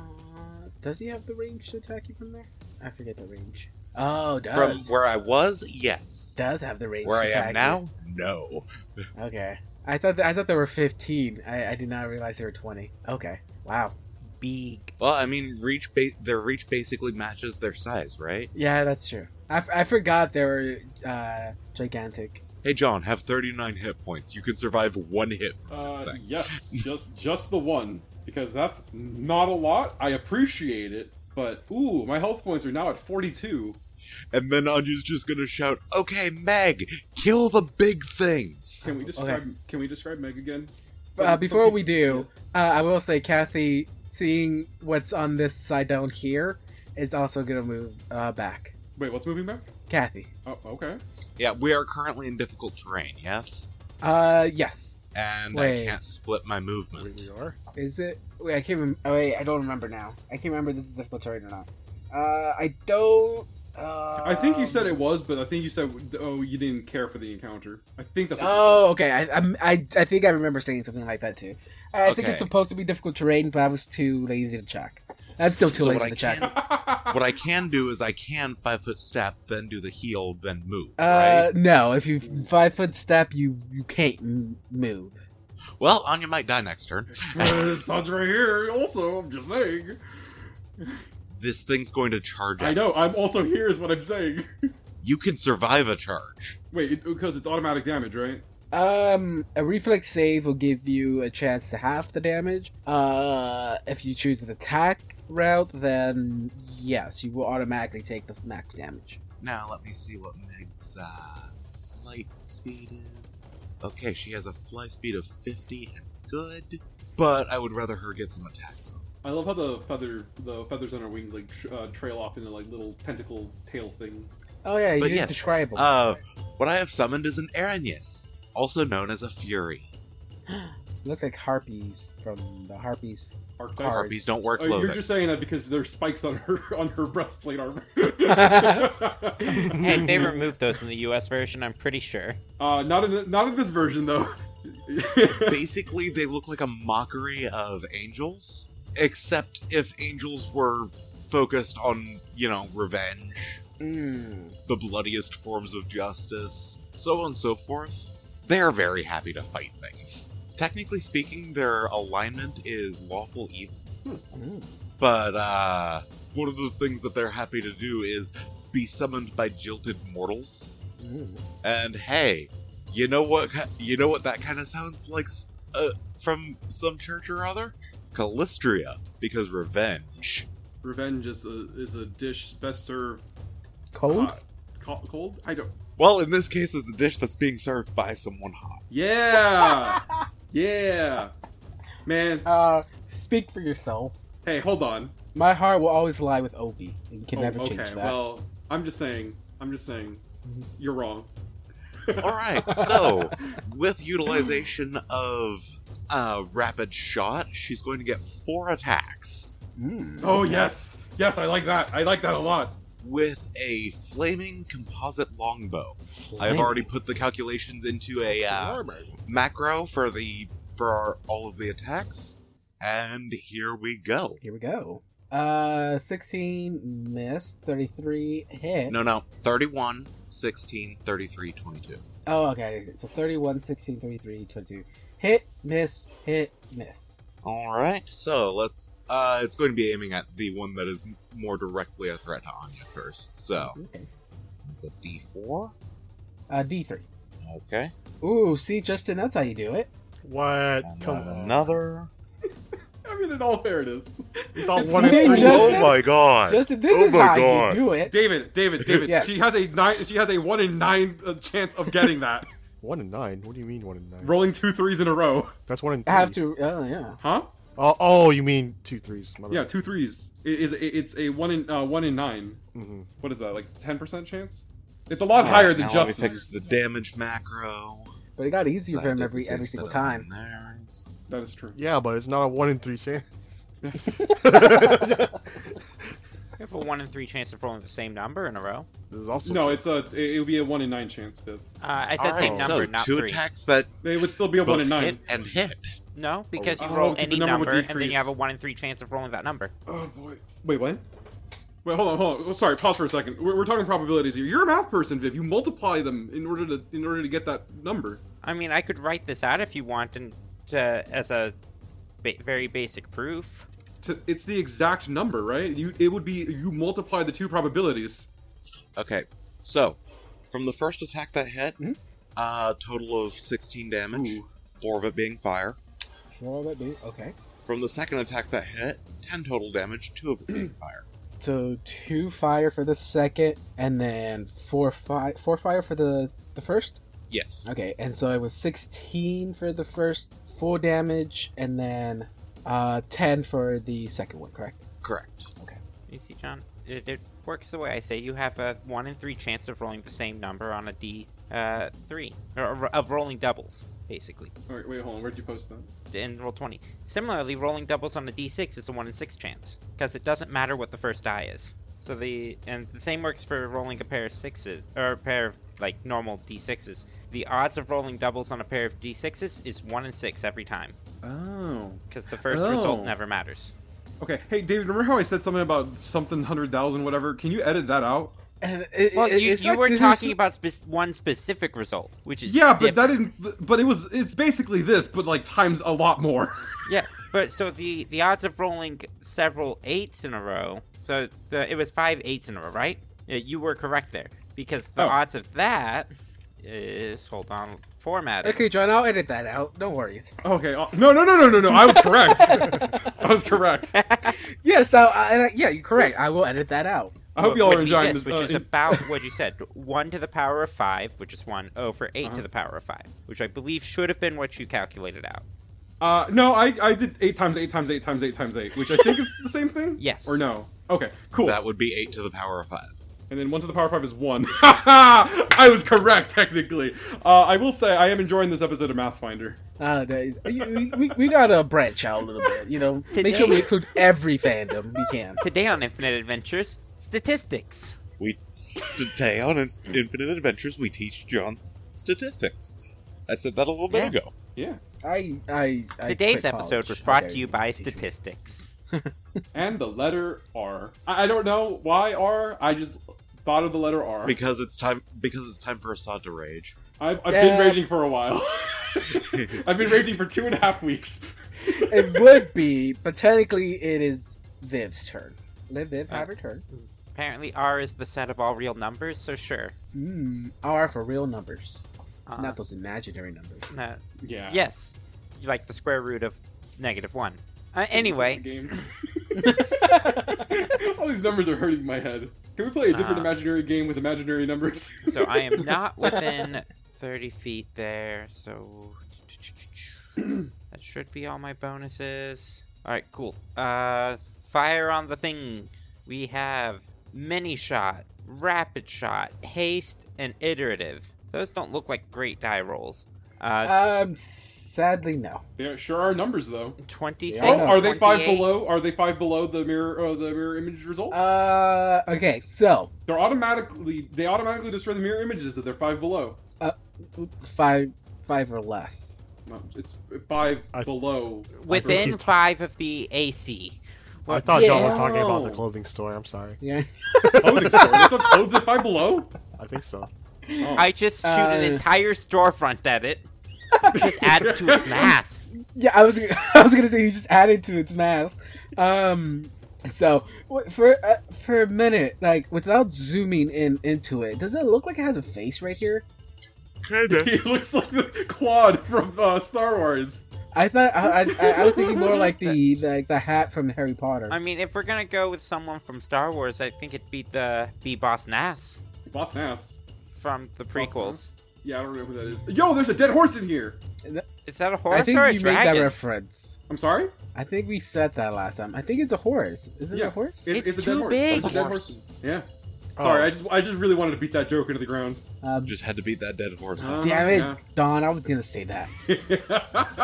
D: does he have the range to attack you from there? I forget the range. Oh,
E: From
D: does
E: where I was, yes.
D: does have the range?
E: Where
D: to
E: I
D: attack
E: am
D: you.
E: now, no.
D: Okay. I thought th- I thought there were fifteen. I, I did not realize there were twenty. Okay. Wow.
A: Big.
E: Well, I mean, reach ba- their reach basically matches their size, right?
D: Yeah, that's true. I, f- I forgot they were uh, gigantic.
E: Hey, John, have 39 hit points. You can survive one hit from this
C: Uh,
E: thing.
C: yes, just just the one because that's not a lot. I appreciate it, but ooh, my health points are now at forty-two.
E: And then Anya's just gonna shout, "Okay, Meg, kill the big things."
C: Can we describe? Can we describe Meg again?
D: Uh,
C: Some-
D: before
C: some
D: we do, uh, I will say Kathy, seeing what's on this side down here, is also gonna move uh, back.
C: people- Wait, what's moving back?
D: Kathy.
C: Oh, okay.
E: Yeah, we are currently in difficult terrain. Yes,
D: Uh, yes.
E: and
D: Wait.
E: I can't split my
B: Wait,
E: movement.
B: we are.
D: Is it? Wait, I can't. Rem- oh, wait, I don't remember now. I can't remember if this is difficult terrain or not. Uh, I don't. Uh,
C: I think you said it was, but I think you said, "Oh, you didn't care for the encounter." I think that's. What you
D: Oh, okay. I, I'm- I, I think I remember saying something like that too. I think
E: Okay.
D: it's supposed to be difficult terrain, but I was too lazy to check. I'm still too
E: So
D: lazy
E: what I
D: to check.
E: can,
D: Oh.
C: said.
E: what I can do is I can five foot step, then do the heel, then move.
D: Uh,
E: right?
D: no. If you five foot step, you you can't m- move.
E: Well, Anya might die next turn.
C: Sounds right here. Also, I'm just saying.
E: This thing's going to charge
C: I know.
E: us.
C: I'm also here. Is what I'm saying.
E: You can survive a charge.
C: Wait, it- because it's automatic damage, right?
D: Um, a reflex save will give you a chance to half the damage. Uh, if you choose an attack route, then yes, you will automatically take the max damage.
E: Now let me see what Meg's uh, flight speed is. Okay, she has a fly speed of 50 and good, but I would rather her get some attacks on.
C: I love how the feather, the feathers on her wings, like tr- uh, trail off into like little tentacle tail things.
D: Oh yeah, you
E: But
D: just
E: yes,
D: describe them.
E: Uh, what I have summoned is an Aranyas, also known as a Fury.
D: Looks like harpies from the harpies.
C: Archetype.
D: Arc.
E: Harpies don't wear
C: Oh, you're
E: clothing.
C: just saying that because there's spikes on her on her breastplate armor.
A: Hey, they removed those in the US version, I'm pretty sure.
C: uh, not in the, not in this version though.
E: Basically, they look like a mockery of angels, except if angels were focused on, you know, revenge.
D: Mm.
E: the bloodiest forms of justice, so on and so forth. They're very happy to fight things. Technically speaking, their alignment is lawful evil,
D: Mm.
E: but uh, one of the things that they're happy to do is be summoned by jilted mortals.
D: Mm.
E: And hey, you know what? ki- You know what that kind of sounds like s- uh, from some church or other? Callistria, because revenge.
C: Revenge is a is a dish best served
D: Cold.
E: Uh,
C: hot. Co- cold. I don't.
E: Well, in this case, it's a dish that's being served by someone hot.
C: Yeah, yeah, man.
D: Uh, speak for yourself.
C: Hey, hold on.
D: My heart will always lie with Obi. and You can
C: Oh,
D: never
C: okay,
D: change that.
C: well, I'm just saying. I'm just saying.
D: Mhm.
C: You're wrong.
E: All right, so with utilization of uh, rapid shot, she's going to get four attacks
D: Mm.
C: Oh yes, yes, I like that. I like that a lot.
E: with a flaming composite longbow. I have already put the calculations into a uh, macro for the for our, all of the attacks, and here we go.
D: Here we go. Uh, sixteen miss, thirty-three hit.
E: No, no, 31, 16, 33, 22.
D: Oh, okay. So 31, 16, 33, 22. Hit, miss, hit, miss.
E: All right, so let's. Uh, it's going to be aiming at the one that is m- more directly a threat to Anya first. So
D: Okay.
E: it's a D4.
D: Uh, D3.
E: Okay.
D: Ooh, see, Justin, that's how you do it.
B: What?
E: And
B: Come
E: then
B: on.
E: another.
C: I mean, in all fairness,
B: It's all one
D: Hey,
B: and
D: Justin.
E: oh my god!
D: Justin, this
E: Oh
D: is
E: my
D: how
E: God.
D: you do it.
C: David, David, David.
D: Yes.
C: She has a nine. She has a one in nine uh, chance of getting that.
B: One and nine. What do you mean one and nine?
C: Rolling two threes in a row,
B: That's one and
D: I
B: three.
D: have to. Oh, yeah.
C: huh?
B: Oh, oh, you mean two threes? My
C: Yeah, two threes. It is. It's a one in uh, one in nine.
B: Mm-hmm.
C: What is that? Like ten percent chance? It's a lot
E: All right,
C: higher than
E: now Let me
C: Justin.
E: fix the damage macro.
D: But it got easier
E: I
D: for him
E: did
D: every,
E: the same
D: every single
E: setup
D: time.
E: in there.
C: That is true.
B: Yeah, but it's not a one in three chance.
A: We have a 1 in 3 chance of rolling the same number in a row.
B: This is also
C: No,
B: true.
C: it's a. It would be a one in nine chance, Viv.
A: Uh, I said
E: All
A: same
E: right,
A: number,
E: Oh. so
A: not
E: two
A: 3.
E: attacks that
C: It would still be a one
E: both
C: in nine.
E: hit and hit.
A: No, because you
C: Oh,
A: roll
C: 'cause the
A: any
C: number
A: number,
C: would
A: and then
C: decrease.
A: you have a 1 in 3 chance of rolling that number.
C: Oh boy. Wait, what? Wait, hold on, hold on. Oh, sorry, pause for a second. We're, we're talking probabilities here. You're a math person, Viv. You multiply them in order to in order to get that number.
A: I mean, I could write this out if you want and uh, as a ba- very basic proof.
C: To, it's the exact number, right? You it would be you multiply the two probabilities.
E: Okay, so from the first attack that hit,
D: Mhm.
E: uh, total of 16 damage,
C: Ooh.
E: four of it being fire.
D: Sure, that do- Okay.
E: From the second attack that hit, 10 total damage, two of it being fire.
D: So two fire for the second, and then four, fi- four fire for the, the first.
E: Yes.
D: Okay, and so it was 16 for the first full damage, and then uh, 10 for the second one, correct?
E: Correct.
A: You see, John, it, it works the way I say. You have a one in three chance of rolling the same number on a D uh, three or of- of rolling doubles, basically,
C: All right, wait, hold on. Where'd you post that?
A: in roll twenty. Similarly, rolling doubles on a D six is a one in six chance because it doesn't matter what the first die is. So the and the same works for rolling a pair of sixes or a pair of like normal D sixes. The odds of rolling doubles on a pair of D sixes is one in six every time
C: Oh.
A: because the first result
C: Oh.
A: never matters.
C: Okay. Hey, David. Remember how I said something about something hundred thousand, whatever? Can you edit that out?
D: And it,
A: Well,
D: it-
A: you,
D: it's
A: you
D: like
A: were
D: this is-
A: talking about spe- one specific result, which is
C: Yeah, but
A: different.
C: that didn't. But it was. It's basically this, but like times a lot more.
A: Yeah, but so the the odds of rolling several eights in a row. So the, it was five eights in a row, right? Yeah, you were correct there because the
C: Oh.
A: odds of that is hold on formatting.
D: Okay, John, I'll edit that out. No worries.
C: okay. uh, No, no, no, no, no, no. I was correct. I was correct.
D: Yeah, so uh, and, uh, yeah, you're correct. I will edit that out.
C: I hope
A: Would-
C: y'all
A: would
C: are
A: be
C: enjoying
A: this,
C: this.
A: which
C: uh,
A: is
C: in-
A: about what you said: one to the power of five, which is one over 8
C: Uh-huh.
A: to the power of five, which I believe should have been what you calculated out.
C: Uh, no, I, I did eight times eight times eight times eight times eight, which I think is the same thing.
A: Yes.
C: Or no? Okay, cool.
E: That would be eight to the power of five.
C: And then one to the power of five is one. I was correct technically. Uh, I will say I am enjoying this episode of Math Finder.
D: Uh, that- we, we, we gotta branch out a little bit, you know. Make sure
A: Today-
D: we include every fandom we can.
A: Today on Infinite Adventures, statistics.
E: We today on In- Infinite Adventures we teach John statistics. I said that a little bit
A: Yeah.
E: ago.
C: Yeah.
D: I, I, I
A: Today's
D: quit
A: episode
D: college.
A: was brought
D: Okay.
A: to you by statistics.
C: And the letter R. I, I don't know why R. I just thought of the letter R.
E: Because it's time. Because it's time for Assad to rage.
C: I've, I've
D: Yeah.
C: been raging for a while. I've been raging for two and a half weeks.
D: It would be, but technically, it is Viv's turn. Let Viv have her turn.
A: Apparently, R is the set of all real numbers, so sure.
D: Mm, R for real numbers,
A: Uh,
D: not those imaginary numbers.
A: no,
C: Yeah.
A: Yes, You like the square root of negative one. Uh, anyway,
C: Game. All these numbers are hurting my head. Can we play a different
A: Nah.
C: imaginary game with imaginary numbers?
A: so I am not within 30 feet there, so that should be all my bonuses. All right, cool. Uh, fire on the thing. We have mini shot, rapid shot, haste, and iterative. Those don't look like great die rolls. Uh,
D: Um, sadly, no.
C: There sure are numbers though.
A: 26.
C: Oh,
D: Yeah.
C: are they five
A: 28.
C: below? Are they five below the mirror? Uh, the mirror image result?
D: Uh, okay, so
C: they're automatically they automatically destroy the mirror images that they're five below.
D: five, five or less.
C: No, it's five
B: I-
C: below.
A: Within
B: He's-
A: five of the AC.
B: I thought John was talking about the
D: Yeah.
B: clothing store. I'm sorry.
D: Yeah.
C: clothing store. That's not clothes at oh, five below.
B: I think so.
C: Oh.
A: I just shoot an
D: Uh,
A: entire storefront at it. It just adds to its mass.
D: Yeah, I was I was gonna say you just added to its mass. Um, so w- for uh, for a minute, like without zooming in into it, does it look like it has a face right here?
E: Kinda.
C: he looks like the Claude from uh, Star Wars.
D: I thought I, I, I was thinking more like the like the hat from Harry Potter.
A: I mean, if we're gonna go with someone from Star Wars, I think it'd be the B Boss Nass
C: Boss ass.
A: from the prequels.
C: Yeah, I don't remember who that is. Yo, there's a dead horse in here.
A: Is that a horse
D: I think
A: or a
D: you made that
A: dragon?
D: reference.
C: I'm sorry.
D: I think we said that last time. I think it's a horse. Is it
C: Yeah.
D: a horse?
C: It-
A: It's
C: a dead
A: too
C: horse.
A: big.
C: It's a dead
E: Horse.
C: horse. Yeah. Sorry,
B: Oh.
C: I just I just really wanted to beat that joke into the ground.
D: Um,
E: Just had to beat that dead horse.
A: Um,
C: Uh,
D: damn it,
C: yeah.
D: Don! I was gonna say that.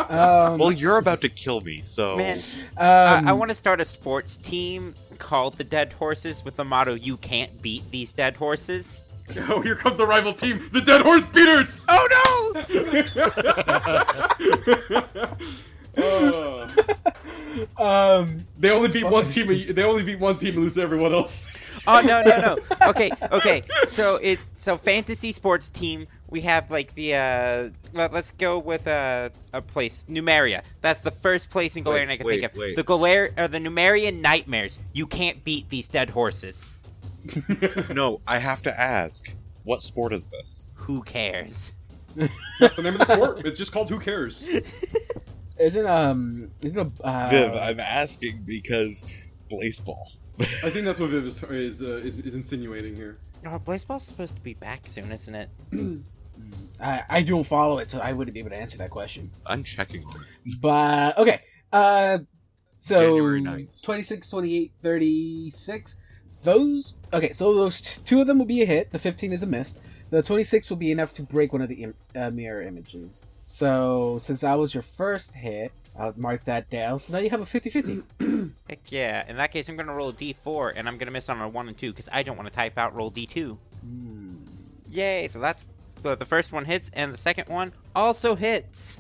D: Um,
E: well, you're about to kill me, so
A: Man,
D: um,
A: I, I want to start a sports team called the Dead Horses with the motto "You can't beat these dead horses."
C: oh, here comes the rival team, the Dead Horse Beaters.
A: Oh no!
C: Uh,
D: um,
C: they only beat one team. a- They only beat one team and lose to everyone else.
A: Oh no no no. Okay okay. So it so fantasy sports team. We have like the uh. Well, let's go with a a place Numeria. That's the first place in Galarian
E: Wait,
A: I can
E: wait,
A: think of.
E: wait.
A: The Galar or the Numerian nightmares. You can't beat these dead horses.
E: no. I have to ask, what sport is this?
A: Who cares?
C: That's the name of the sport. It's just called Who Cares.
D: isn't um, isn't a uh,
E: Viv, I'm asking because baseball.
C: I think that's what Viv is is, uh, is, is insinuating here.
A: Oh, baseball's supposed to be back soon, isn't it?
D: I, I don't follow it, so I wouldn't be able to answer that question.
E: I'm checking on it.
D: But okay, uh, so
E: January 9th.
D: 26, 28, 36. Those okay, so those t- two of them will be a hit. The fifteen is a miss. The twenty-six will be enough to break one of the Im- uh, mirror images. So since that was your first hit, I'll mark that down. So now you have a 50-50.
A: Heck yeah. In that case, I'm gonna roll a D4, and I'm gonna miss on a one and two because I don't want to type out roll D2.
D: Hmm.
A: Yay! So that's so the first one hits, and the second one also hits.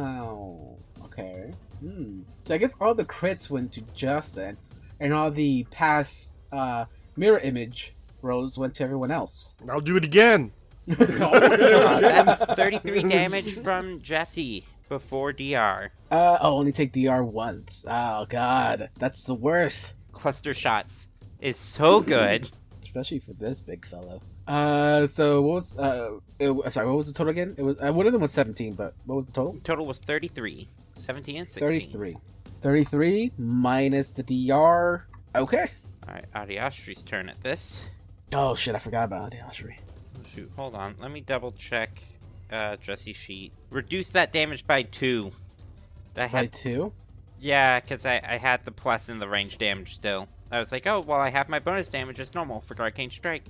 D: Ow. Okay. Hmm. So I guess all the crits went to Justin, and all the past uh, mirror image Rose went to everyone else.
B: I'll Oh, do it again.
C: Oh,
A: Uh, that's 33 damage from Jesse before DR.
D: Uh, oh, only take DR once. Oh god, that's the worst,
A: Cluster shots is so good.
D: especially for this big fellow. Uh, so what was uh, it, wa- sorry, what was the total again? It was uh, one of them was seventeen, but what was the total?
A: Total was 33, 17 and 16.
D: 33. 33 minus the DR. Okay.
A: All right, Ariastri's turn at this.
D: Oh shit, I forgot about the archery.
A: Shoot, hold on. Let me double check uh, Jesse's sheet. Reduce that damage by two. That
D: By
A: had
D: two.
A: yeah, because I, I had the plus in the range damage still. I was like, oh well, I have my bonus damage as normal for arcane strike,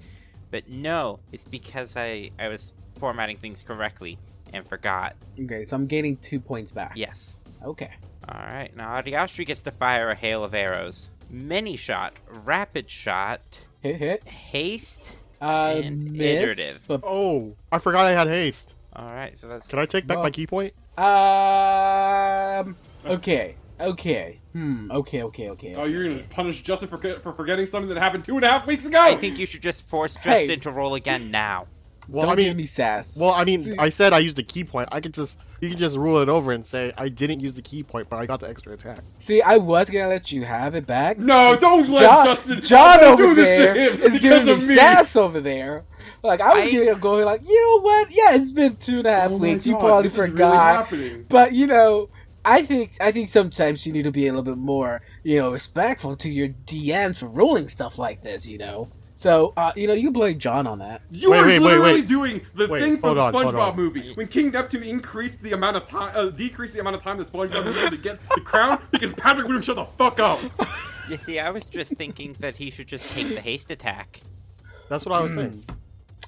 A: but no, it's because I I was formatting things correctly and forgot.
D: Okay, so I'm gaining two points back.
A: Yes.
D: Okay.
A: All right, now Ariastri gets to fire a hail of arrows. Mini shot, rapid shot,
D: Hit hit.
A: haste.
D: Uh,
A: And
D: missed,
A: iterative.
D: But
B: Oh, I forgot I had haste.
A: All right, so that's
B: Can I take back
D: Well-
B: my key point?
D: um. Okay. Okay. Hmm. Okay. Okay. Okay.
C: Oh, you're gonna punish Justin for, for forgetting something that happened two and a half weeks ago.
A: I think you should just force Justin
D: Hey.
A: to roll again now.
B: Well,
D: Don't
B: I mean,
D: give me sass.
B: well, I mean,
D: See-
B: I said I used the key point. I could just you can just rule it over and say I didn't use the key point, but I got the extra attack.
D: See, I was gonna let you have it back.
C: No, don't let
D: John,
C: Justin.
D: John
C: don't
D: over
C: do this
D: there
C: to him
D: is
C: because
D: giving me
C: of me.
D: sass over there. Like I was
A: I-
D: gonna go like, you know what? Yeah, it's been two and a half
C: Oh my
D: weeks. You
C: God,
D: probably
C: this is really
D: forgot.
C: happening.
D: but you know, I think I think sometimes you need to be a little bit more, you know, respectful to your DMs for ruling stuff like this. You know, so uh, you know you can blame John on that.
C: You
B: Wait,
C: are
B: wait, wait,
C: literally
B: wait.
C: doing the
B: Wait,
C: thing
B: hold
C: from the
B: on, hold
C: SpongeBob
B: on.
C: movie. When King Neptune increased the amount of time, uh, decreased the amount of time that SpongeBob needed to get the crown, because Patrick wouldn't shut the fuck up.
A: You see, I was just thinking that he should just take the haste attack.
B: That's what I was
D: Hmm.
B: saying.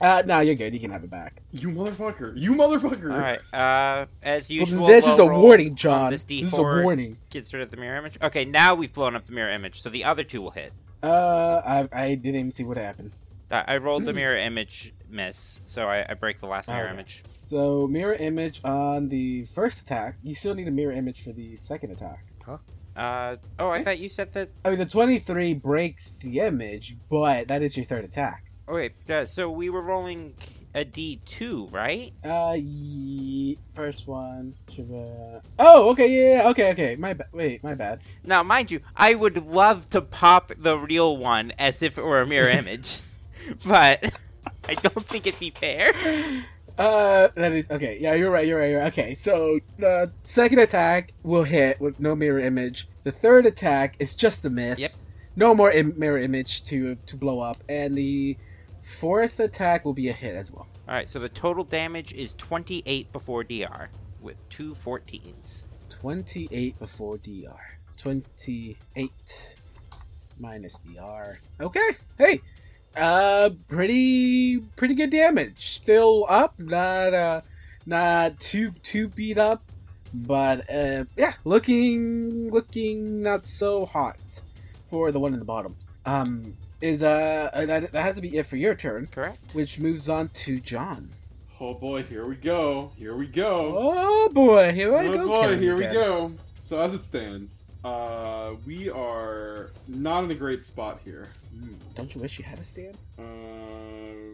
D: Uh, no, you're good. You can have it back.
C: You motherfucker! You motherfucker!
A: All right, uh, as usual.
D: this
A: low
D: is a
A: roll
D: warning,
A: on
D: John.
A: This,
D: This is a
A: D4
D: warning.
A: Gets rid of the mirror image. Okay, now we've blown up the mirror image, so the other two will hit. Uh,
D: Uh, I, I didn't even see what happened.
A: I, I rolled
D: Hmm.
A: the mirror image miss, so I, I break the last mirror
D: Alright.
A: image.
D: So mirror image on the first attack. You still need a mirror image for the second attack.
A: Uh, oh, I thought you said that.
D: I mean, the 23 breaks the image, but that is your third attack.
A: Oh, wait, uh, so we were rolling a D2, right?
D: Uh, ye- first one. Shiva. Oh, okay, yeah, yeah, okay, okay. My bad. Wait, my bad.
A: Now, mind you, I would love to pop the real one as if it were a mirror image, but I don't think it'd be fair.
D: Uh, that is okay. Yeah, you're right. You're right. You're right. Okay, so the second attack will hit with no mirror image. The third attack is just a miss.
A: Yep.
D: No more Im- mirror image to to blow up, and the fourth attack will be a hit as well.
A: All right, so the total damage is 28 before DR with two 14s.
D: 28 before DR. 28 minus DR. Okay. Hey. Uh pretty pretty good damage. Still up, not uh not too too beat up, but uh yeah, looking looking not so hot for the one in the bottom. Um is uh that, that has to be it for your turn,
A: Correct?
D: which moves on to John.
C: Oh boy, here we go. Here we go.
D: Oh boy, here I go.
C: oh boy,
D: killing
C: here we
D: again.
C: go. So as it stands, uh, we are not in a great spot here. Hmm.
D: Don't you wish you had a stand?
C: Uh,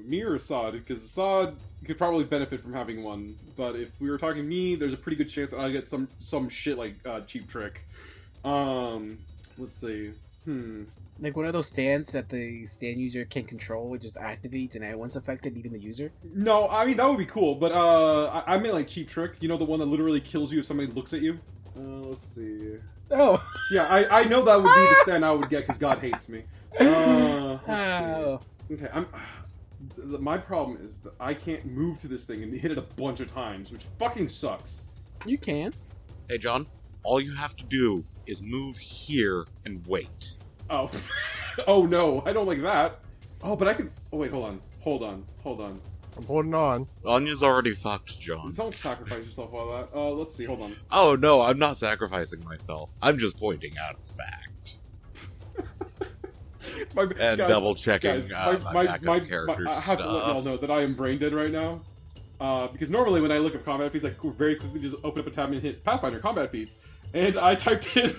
C: me or Assad? Because Assad could probably benefit from having one, but if we were talking me, there's a pretty good chance that I get some some shit like uh, cheap trick. Um, let's see. Hmm.
D: Like one of those stands that the stand user can control, it just activates and everyone's affected, even the user.
C: No, I mean that would be cool, but uh, I, I meant like cheap trick. You know, the one that literally kills you if somebody looks at you. Uh, let's see.
D: Oh,
C: Yeah, I, I know that would be the stand I would get because God hates me. Uh, let's
D: Oh.
C: see. Okay, I'm. th- th- My problem is that I can't move to this thing and hit it a bunch of times, which fucking sucks.
D: you can.
E: Hey, John, all you have to do is move here and wait.
C: Oh, oh no, I don't like that. Oh, but I can. Oh wait, hold on, hold on, hold on.
B: I'm holding on.
E: Anya's already fucked, John.
C: Don't sacrifice yourself while that. Uh, let's see. Hold on.
E: Oh no, I'm not sacrificing myself. I'm just pointing out a fact
C: My,
E: and
C: guys,
E: double checking
C: guys,
E: uh, my, backup character
C: I have
E: stuff.
C: to let y'all know that I am brain dead right now. Uh, because normally when I look up combat feats, I very quickly just open up a tab and hit Pathfinder combat feats, and I typed in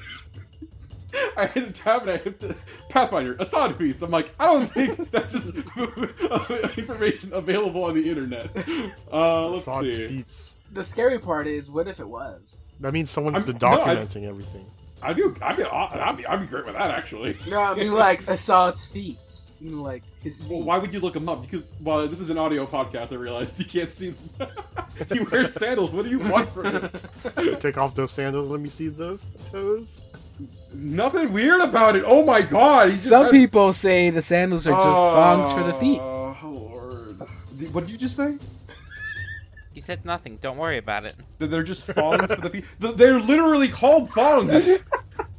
C: I hit a tab and I hit the Pathfinder, Assad feeds. I'm like, I don't think that's just information available on the internet. Uh, let's
B: Sod
C: see.
B: speaks.
D: The scary part is, what if it was?
B: That means someone's
C: I'm-
B: been
C: no, I-
B: documenting everything.
C: I'd be, I'd be, I'd be, I'd be great with that actually.
D: No, I mean like Assad's feet. You know, like his
C: Well,
D: feet.
C: why would you look him up? You could. Well, this is an audio podcast. I realized you can't see. he wears sandals. What do you want from him?
B: Take off those sandals. Let me see those toes.
C: Nothing weird about it. Oh my god. He just
D: Some
C: had-
D: people say the sandals are just thongs for the feet.
C: Oh lord. The- What did you just say?
A: You said nothing. Don't worry about it.
C: That they're just thongs for the feet. Th- They're literally called thongs.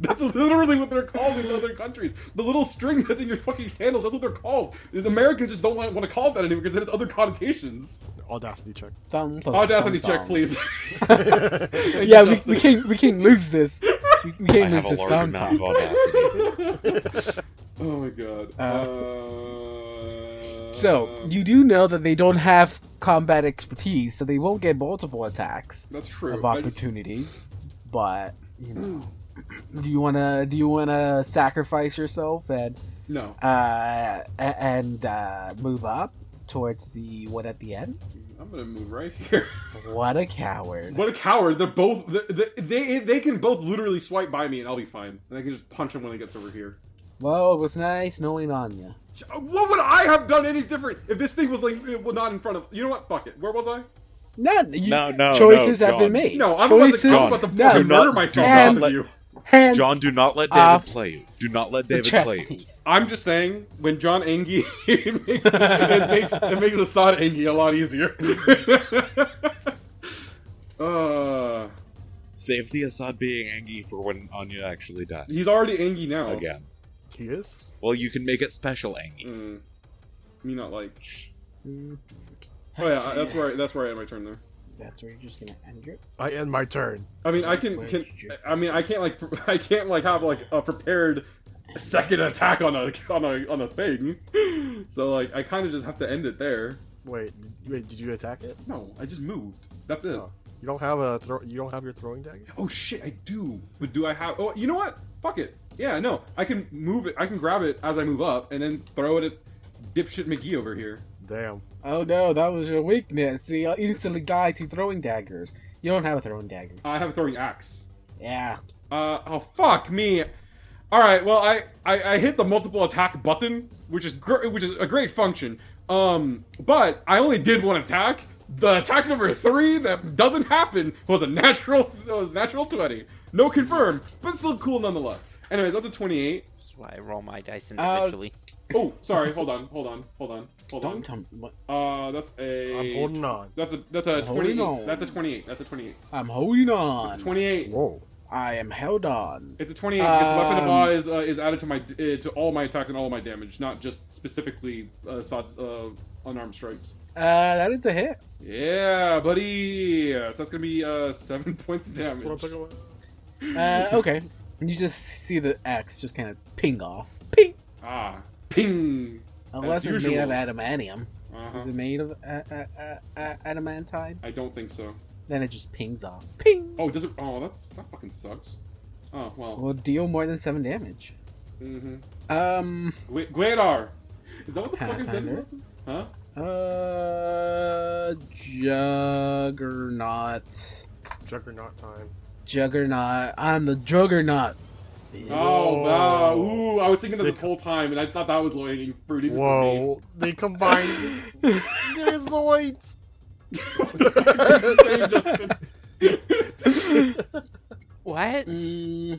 C: That's literally what they're called in other countries. The little string that's in your fucking sandals, that's what they're called. The Americans just don't want, want to call it that anymore because it has other connotations.
B: Audacity check.
D: Thong, thong,
C: Audacity
D: thong,
C: check,
D: thong.
C: please. Thank
D: Oh, Yeah,
C: you,
D: we,
C: Justin.
D: we can't we can't lose this. We, we
E: I
D: can't lose
E: have a
D: this
E: large
D: thong
E: amount of
D: talk.
E: audacity.
C: Oh my god. Uh,
D: Uh, So you do know that they don't have combat expertise, so they won't get multiple attacks
C: that's
D: of
C: true. I just-
D: opportunities. But you know, do you wanna do you wanna sacrifice yourself and
C: no.
D: uh a- and uh, move up towards the one at the end?
C: I'm gonna move right here.
D: What a coward!
C: What a coward! They're both they, they they can both literally swipe by me and I'll be fine. And I can just punch him when he gets over here. uh,
D: Well, it was nice knowing Anya.
C: What would I have done any different if this thing was like it was not in front of? You know what? Fuck it. Where was I?
D: None. You,
E: No, no,
D: Choices
E: no,
D: have been
E: John.
D: made.
C: No, I'm
D: choices.
C: about to, I'm about to
D: no,
C: fucking
E: do not-
C: murder myself
D: do
C: off
D: not
C: of
E: let-
C: you.
D: hands,
E: John, do not let David
D: Uh,
E: play you. Do not let
D: the
E: David
D: chess
E: play you.
D: piece.
C: I'm just saying, when John Engie it makes it makes it makes Assad Engie a lot easier. uh,
E: Save the Assad being angry for when Anya actually dies.
C: he's already Engie now.
E: Again.
B: He is.
E: Well, you can make it special angry.
C: Mm. Me not like.
D: Mm,
C: Oh yeah, that's where I, that's where I had my turn there.
D: That's where you're just gonna end it.
B: I end my turn.
C: I mean, I can, can I mean, I can't like pre- I can't like have like a prepared second attack on a on a on a thing. So like I kind of just have to end it there.
B: Wait, wait. Did you attack it?
C: No, I just moved. That's it.
B: Oh. You don't have a throw. You don't have your throwing dagger.
C: Oh shit, I do. But do I have? Oh, you know what? Fuck it. Yeah, no, I can move it. I can grab it as I move up and then throw it at dipshit McGee over here.
B: Damn.
D: Oh no, that was your weakness. The instantly guy to throwing daggers. You don't have a throwing dagger.
C: I have a throwing axe.
D: Yeah.
C: Uh, oh fuck me. All right, well I, I I hit the multiple attack button, which is gr- which is a great function. Um, but I only did one attack. The attack number three that doesn't happen was a natural was natural twenty. No confirm, but still cool nonetheless. Anyways, that's a twenty-eight.
A: That's why I roll my dice individually.
C: Oh, sorry. Hold on. Hold on. Hold on. Hold
D: Don't
C: on.
D: tell me. what-
C: Uh, that's a.
B: I'm holding on.
C: That's a that's a
D: I'm holding
C: twenty-eight.
D: on.
C: That's a twenty-eight. That's a twenty-eight.
D: I'm holding on.
C: Twenty-eight.
B: Whoa.
D: I am held on.
C: It's a 28 because the weapon of
D: Um,
C: awe is, uh, is added to my uh, to all my attacks and all of my damage, not just specifically uh, Sod's uh, unarmed strikes.
D: Uh, that is a hit.
C: Yeah, buddy. So that's gonna be uh, seven points of damage.
B: What I'm talking about?
D: Uh, okay. You just see the axe just kind of ping off. Ping.
C: Ah, ping.
D: Unless
C: As
D: it's made of
C: usual.
D: adamantium.
C: Uh-huh.
D: Is it made of uh, uh, uh, uh, adamantine?
C: I don't think so.
D: Then it just pings off. Ping.
C: Oh, does it? Oh, that's that fucking sucks. Oh well.
D: Will deal more than seven damage.
C: Mm-hmm.
D: Um.
C: Gu- Guedar. Is that what the fuck is
D: Pathfinder.
C: in Huh?
D: Uh, juggernaut,
B: Juggernaut time.
D: juggernaut. I'm the juggernaut.
C: Oh, wow.
B: Whoa.
C: Ooh, I was thinking that
B: They-
C: this whole time, and I thought that was low hanging fruit. even for me.
B: Whoa. They combined. There's the lights.
C: Same, Justin.
A: What?
D: Mm,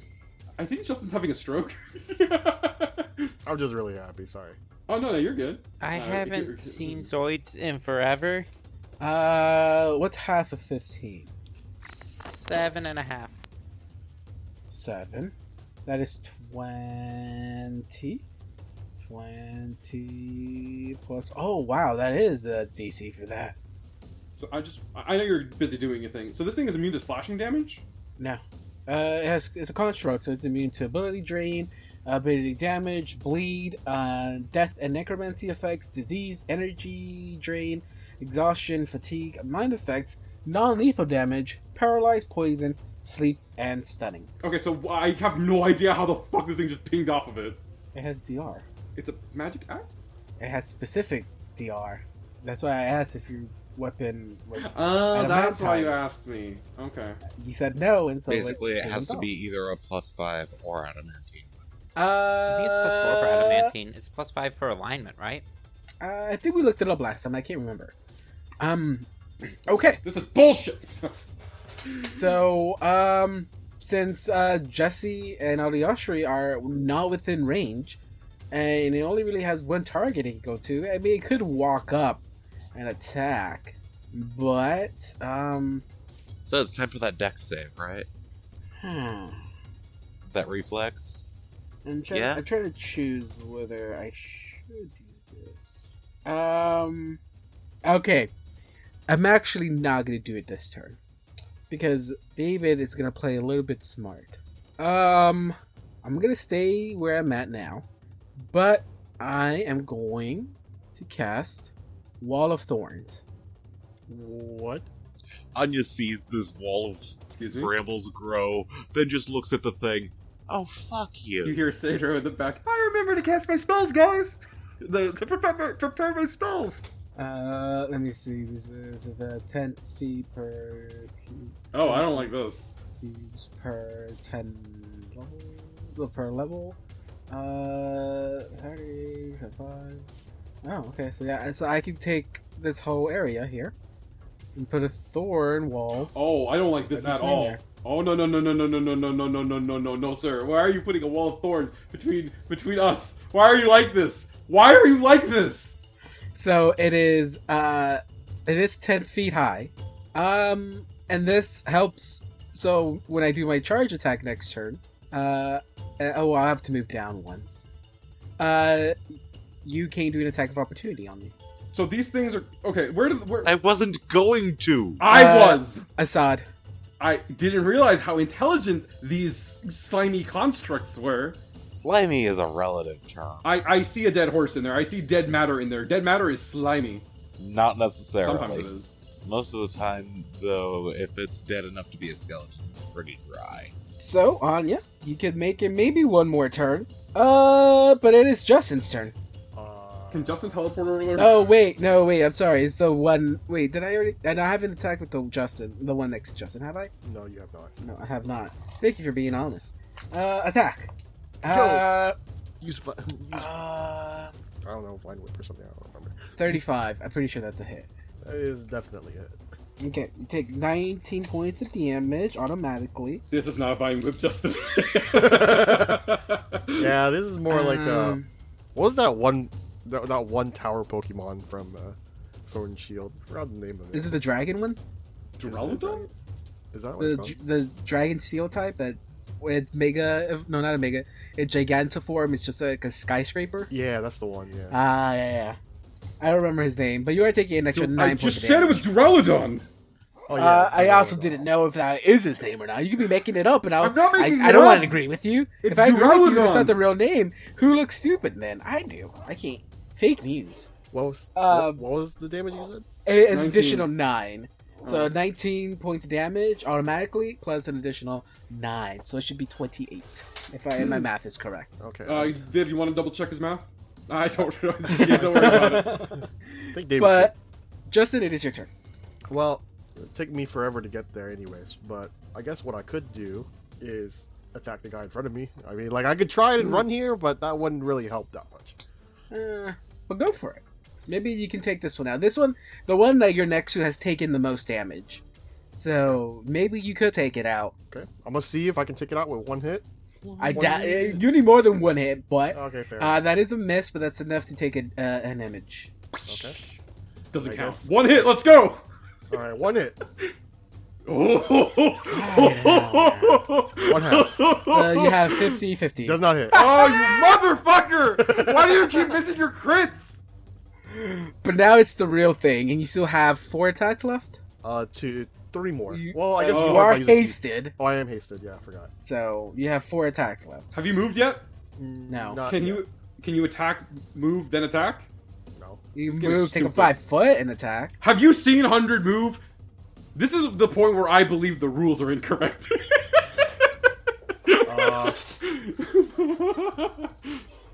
C: I think Justin's having a stroke.
B: I'm just really happy. Sorry.
C: oh no, no, you're good.
A: I
C: Uh,
A: haven't
C: here-
A: seen Zoids in forever.
D: uh, what's half of fifteen?
A: Seven and a half.
D: Seven. That is twenty. Twenty plus. Oh wow, that is a DC for that.
C: So I just I I know you're busy doing a thing. So this thing is immune to slashing damage.
D: No. Uh, it has it's a construct, so it's immune to ability drain, ability damage, bleed, uh, death and necromancy effects, disease, energy drain, exhaustion, fatigue, mind effects, non-lethal damage, paralyzed, poison, sleep, and stunning.
C: Okay, so I have no idea how the fuck this thing just pinged off of it.
D: It has DR.
C: It's a magic axe?
D: It has specific DR. That's why I asked if your weapon was.
C: Oh,
D: at a
C: that's why
D: mount
C: you
D: height.
C: asked me. Okay.
D: You said no, and so like,
E: Basically, it has
D: wasn't
E: to
D: off.
E: be either a plus five or adamantine.
D: Uh,
A: I think it's plus four for adamantine. It's plus five for alignment, right?
D: Uh, I think we looked it up last time. I can't remember. Um, okay.
C: This is bullshit!
D: So, um, since uh, Jesse and Alioshri are not within range, and it only really has one target it can go to, I mean, it could walk up and attack, but um,
E: So it's time for that deck save, right?
D: hmm.
E: That reflex.
D: I'm trying.
E: Yeah.
D: I'm trying to choose whether I should do this. Um. Okay, I'm actually not gonna do it this turn because David is gonna play a little bit smart. Um, I'm gonna stay where I'm at now, but I am going to cast Wall of Thorns.
B: What?
E: Anya sees this wall of
C: Excuse me?
E: brambles grow, then just looks at the thing. Oh, fuck
C: You
E: you.
C: hear Sadro in the back. I remember to cast my spells, guys! The, to prepare, prepare my spells!
D: Uh, let me see. This is about ten feet per cube.
C: Oh, I don't like this.
D: cubes per 10 level, well, per level. Uh, 30, 35. Oh, okay. So yeah, and so I can take this whole area here and put a thorn wall.
C: Oh, I don't like this
D: Right
C: at
D: between
C: all.
D: there.
C: Oh no no no no no no no no no no no no no no sir. Why are you putting a wall of thorns between between us? Why are you like this? Why are you like this?
D: So it is uh, it is 10 feet high. Um, and this helps. So when I do my charge attack next turn, uh, uh, oh, I have to move down once. Uh, you can do an attack of opportunity on me.
C: So these things are okay, where did where
E: I wasn't going to.
C: I
D: Uh,
C: was
D: Assad.
C: I didn't realize how intelligent these slimy constructs were.
E: Slimy is a relative term.
C: I, I see a dead horse in there. I see dead matter in there. Dead matter is slimy.
E: Not
C: Sometimes it
E: necessarily.
C: is.
E: Most of the time, though, if it's dead enough to be a skeleton, it's pretty dry.
D: So, Anya, you could make it maybe one more turn. Uh, but it is Justin's turn.
B: Uh,
C: Can Justin teleport over there?
D: Oh wait, no wait, I'm sorry. It's the one. Wait, did I already? And I haven't attacked with the Justin, the one next to Justin, have I?
B: No, you have not.
D: No, I have not. Thank you for being honest. Uh, attack. Uh,
B: Use, fi- use I
D: uh,
B: don't know, vine whip or something. I don't remember.
D: thirty-five. I'm pretty sure that's a hit.
B: That is definitely it.
D: Okay, you take nineteen points of damage automatically.
C: This is not a buying with Justin.
B: Yeah, this is more like uh,
D: Um,
B: what was that one that, that one tower Pokemon from uh, Sword and Shield? I forgot the name of it.
D: Is it the dragon one?
C: Duraludon?
B: Is that what it's
D: the
B: called?
D: the dragon seal type that with mega no not a mega it gigantiform it's just like a skyscraper
B: Yeah, that's the one. Yeah.
D: ah yeah yeah i don't remember his name but you are taking an extra nine
C: I just
D: points of
C: said it
D: damage.
C: was Duraludon.
B: oh, yeah
D: uh, I
B: Duraludon.
D: also didn't know if that is his name or not. You could be making it up, and I'll,
C: I'm not
D: I,
C: making
D: I
C: it
D: don't
C: up.
D: want to agree with you.
C: It's
D: if I agree with you, it's
C: Duraludon.
D: not the real name. Who looks stupid then? I do. I can't fake news.
B: What was
D: Uh,
B: what, what was the damage you said?
D: It- It's
C: 19.
D: additional nine. So 19 points of damage automatically, plus an additional nine. So it should be 28, if I,
B: Hmm.
D: my math is correct.
B: Okay.
C: Uh, Viv, you want to double check his mouth? I don't know. yeah, don't worry about it.
B: I think David.
D: But Justin, it is your turn.
B: took- well, it took me forever to get there, anyways. But I guess what I could do is attack the guy in front of me. I mean, like I could try
D: Hmm.
B: and run here, but that wouldn't really help that much.
D: Uh, but go for it. Maybe you can take this one out. This one, the one that you're next to, has taken the most damage. So maybe you could take it out.
B: Okay. I'm gonna see if I can take it out with one hit.
D: I
B: One
D: doubt eh,
B: hit? Oh,
D: you need more than one hit, but
B: Okay, fair.
D: uh, that is a miss. But that's enough to take a, uh, an image.
B: okay.
C: Doesn't
B: I
C: count.
B: guess.
C: One hit. Let's go.
B: All right, one hit.
C: One
B: One half.
D: So you have 50 50.
B: Does not hit.
C: Oh, you motherfucker! Why do you keep missing your crits?
D: But now it's the real thing, and you still have four attacks left.
B: Uh, two, three more.
D: You-
B: well, I guess
C: Oh.
D: you
B: more if
D: are
B: I use a key.
D: hasted,
B: Oh, I am hasted. Yeah, I forgot.
D: so you have four attacks left.
C: Have you moved yet?
D: Mm, No.
B: Not
C: Can
B: yet.
C: you can you attack, move, then attack?
B: No.
D: You
C: It's getting
D: move, take a
C: stupid.
D: five foot and attack.
C: Have you seen hundred move? This is the point where I believe the rules are incorrect.
B: Uh,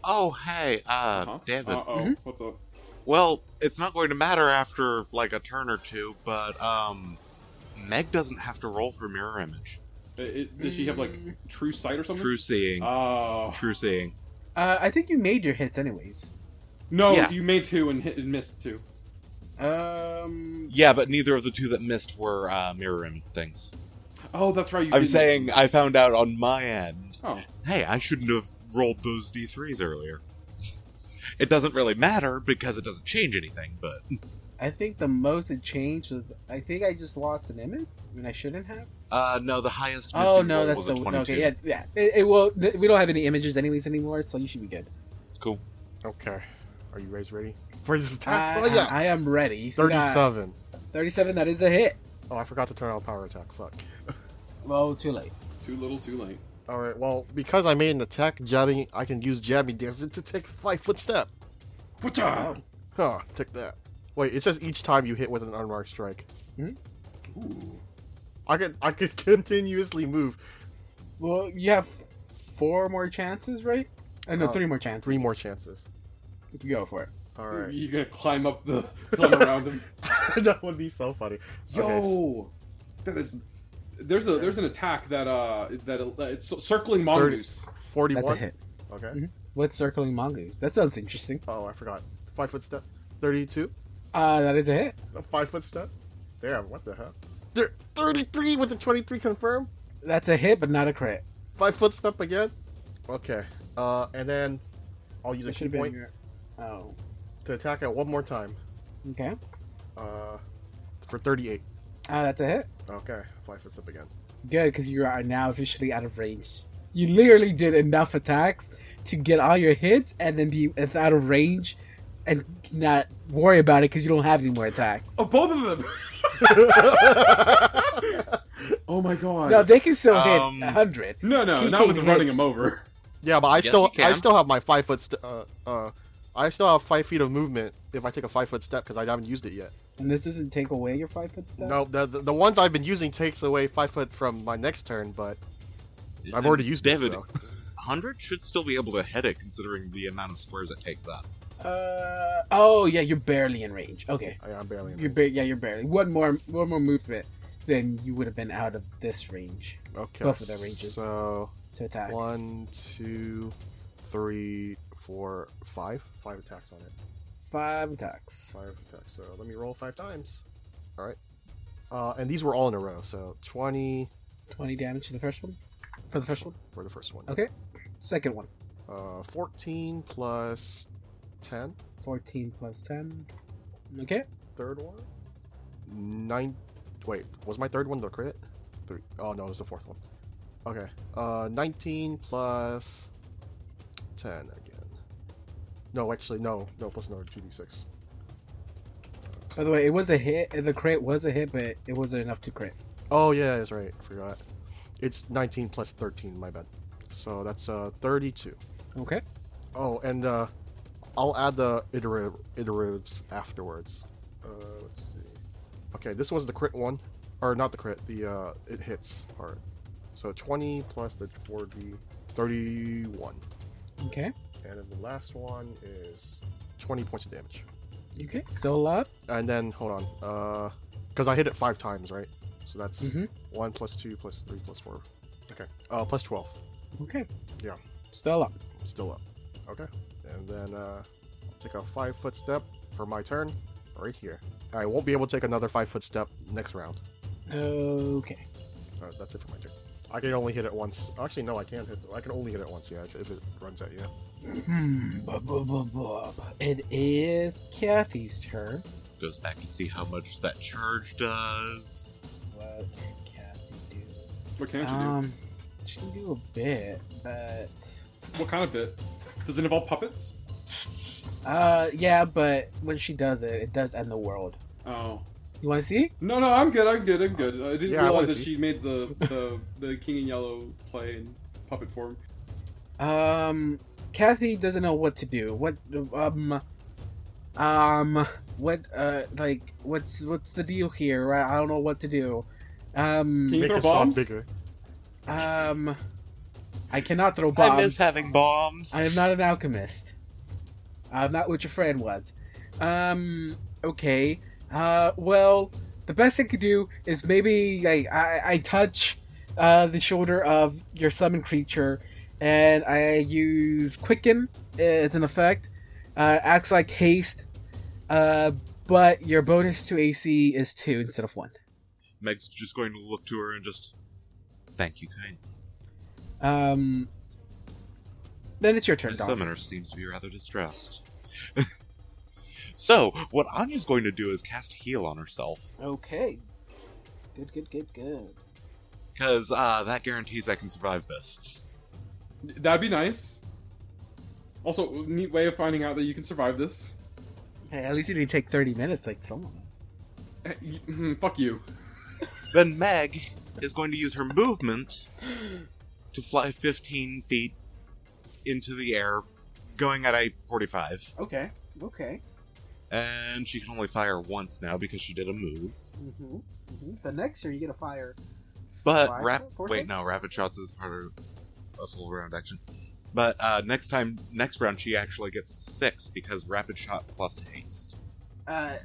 E: Oh, hey, uh,
B: Uh-huh.
C: Huh?
E: David.
C: Uh-oh.
B: Mm-hmm.
C: What's up?
E: Well, it's not going to matter after like a turn or two, but um, Meg doesn't have to roll for mirror image.
C: I- I- does she have like true sight or something?
E: True seeing.
C: Oh
E: True seeing.
D: Uh, I think you made your hits anyways.
C: no!
E: Yeah.
C: You made two and hit and missed two.
D: Um,
E: Yeah, but neither of the two that missed were uh, mirror image things.
C: Oh, that's right. You
E: I'm
C: did
E: saying I found out on my end.
C: Oh,
E: Hey, I shouldn't have rolled those d3s earlier. It doesn't really matter because it doesn't change anything, but
D: I think the most it changed was I think I just lost an image when I shouldn't have.
E: uh no, the highest missing
D: Oh no,
E: roll
D: that's
E: was
D: the
E: a 22.
D: okay. Yeah, yeah. It, it will. th- We don't have any images anyways anymore, so you should be good.
E: Cool.
B: okay. Are you guys ready for this attack?
D: I,
B: oh yeah,
D: I, I am ready. So Thirty-seven.
B: thirty-seven.
D: Thirty-seven. That is a hit.
B: Oh, I forgot to turn on power attack. Fuck.
D: Well, too late.
C: too little, too late.
B: All right. Well, because I made an attack jabbing, I can use jabbing dagger to take a five-foot step.
C: What's up?
B: Huh. Take that. Wait. It says each time you hit with an unmarked strike.
C: Ooh.
B: I could I could continuously move.
D: Well, you have four more chances, right? Uh, no,
B: Uh,
D: three more chances.
B: Three more chances.
D: Go for it.
B: All right.
C: You're gonna climb up the climb around him.
B: that would be so funny.
C: Yo,
B: Okay, s-
C: that is. There's a there's an attack that uh that uh, it's circling mongoose.
B: Forty-one.
D: That's a hit.
B: Okay.
D: Mhm. What's circling mongoose? That sounds interesting.
B: Oh, I forgot. Five foot step. Thirty-two.
D: Uh, that is a hit.
B: A five foot step. Damn. What the hell? Thir- Thirty-three with a twenty-three confirm.
D: That's a hit, but not a crit.
B: Five foot step again. Okay. Uh, and then I'll use
D: That
B: a key
D: should've been
B: point
D: your- Oh,
B: to attack it one more time.
D: okay.
B: Uh, for thirty-eight.
D: Ah, that's a hit.
B: Okay. Five foot step again.
D: Good, because you are now officially out of range. You literally did enough attacks to get all your hits and then be out of range and not worry about it because you don't have any more attacks.
C: Oh, both of them. oh my god.
D: No, they can still
E: Um,
D: hit 100.
C: no, no,
D: he
C: not with
D: can
C: running
D: hit.
C: him over.
B: yeah, but I
E: Yes,
B: still
E: you
B: I
E: can.
B: still have my five foot. St- uh, uh, I still have five feet of movement if I take a five foot step because I haven't used it yet.
D: And this doesn't take away your five foot step?
B: No, the, the the ones I've been using takes away five foot from my next turn, but I've already used it.
E: David.
B: so-
E: 100 should still be able to hit it considering the amount of squares it takes up.
D: Uh, oh, yeah, you're barely in range. Okay.
B: I, am barely. In
D: You're
B: range.
D: ba- yeah, you're barely. One more one more movement, then you would have been out of this range
B: okay.
D: both of their ranges.
B: So
D: to attack.
B: one, two, three, four, five, five attacks on it.
D: Five attacks.
B: Five attacks. So let me roll five times. All right. Uh, and these were all in a row. So twenty
D: 20 damage to the first one. For the first one.
B: for the first one.
D: Okay. Second one.
B: Uh, fourteen plus ten.
D: 14 plus 10. Okay.
B: Third one. Nine. Wait, was my third one the crit? Three. Oh no, it was the fourth one. Okay. Uh, nineteen plus ten again. No, actually, no, no, plus another two d six.
D: By the way, it was a hit. The crit was a hit, but it wasn't enough to crit.
B: Oh yeah, that's right. Forgot. It's nineteen plus thirteen. My bad. So that's uh thirty-two.
D: Okay.
B: Oh, and uh, I'll add the iterative iteratives afterwards. Uh, let's see. Okay, this was the crit one, or not the crit, the uh, it hits part. So 20 plus the 4d, 31,
D: Okay.
B: and then the last one is 20 points of damage.
D: Okay. Still up.
B: And then hold on, because I hit it five times, right? So that's
D: Mhm.
B: one plus two plus three plus four. Okay, uh, plus 12.
D: Okay.
B: Yeah.
D: Still up.
B: still up. Okay. And then uh, I'll take a five foot step for my turn right here. I won't be able to take another five foot step next round.
D: Okay.
B: Uh, that's it for my turn. I can only hit it once. Actually, no, I can't hit. I can only hit it once. Yeah, if it runs at you.
D: Hmm. bub, bub, bub, bub. It is Kathy's turn.
E: Goes back to see how much that charge does.
D: What can Kathy do?
C: What can't you
D: um, she can do a bit, but
C: do? What kind of bit? Does it involve puppets?
D: uh, yeah, but when she does it, it does end the world.
C: Oh.
D: You want to see?
C: No, no, I'm good. I'm good. I'm good. I didn't
B: Yeah, I
C: realize
B: wanna
C: that
B: see.
C: she made the, the the King in Yellow play in puppet form.
D: Um, Kathy doesn't know what to do. What um, um what uh like what's what's the deal here i, I don't know what to do
C: Can
D: um
C: you
B: Make
C: throw
B: us all
C: bombs?
B: bigger.
D: um i cannot throw
E: I
D: bombs
E: miss having bombs.
D: I am not an alchemist. I'm not what your friend was. Um. Okay. Uh. Well, the best I could do is maybe like I, I touch uh, the shoulder of your summoned creature, and I use quicken as an effect. Uh, acts like haste, uh, but your bonus to AC is two instead of one.
E: Meg's just going to look to her and just thank you kindly.
D: Um. Then it's your
E: The
D: turn, Doc.
E: summoner seems to be rather distressed. so, what Anya's going to do is cast heal on herself,
D: Okay. Good. Good. Good. Good.
E: because uh, that guarantees I can survive this.
C: That'd be nice. Also, neat way of finding out that you can survive this.
D: Hey, at least it didn't take 30 minutes like someone.
C: Eh, y- mhm, Fuck you.
E: Then Meg is going to use her movement to fly 15 feet into the air, going at a 45.
D: Okay, okay.
E: And she can only fire once now because she did a move.
D: Mm-hmm. The next year you get a fire.
E: But
D: Five,
E: rap-
D: four,
E: wait,
D: six?
E: no, rapid shots is part of a full round action. But uh, next time, next round, she actually gets six because rapid shot plus haste.
D: Uh,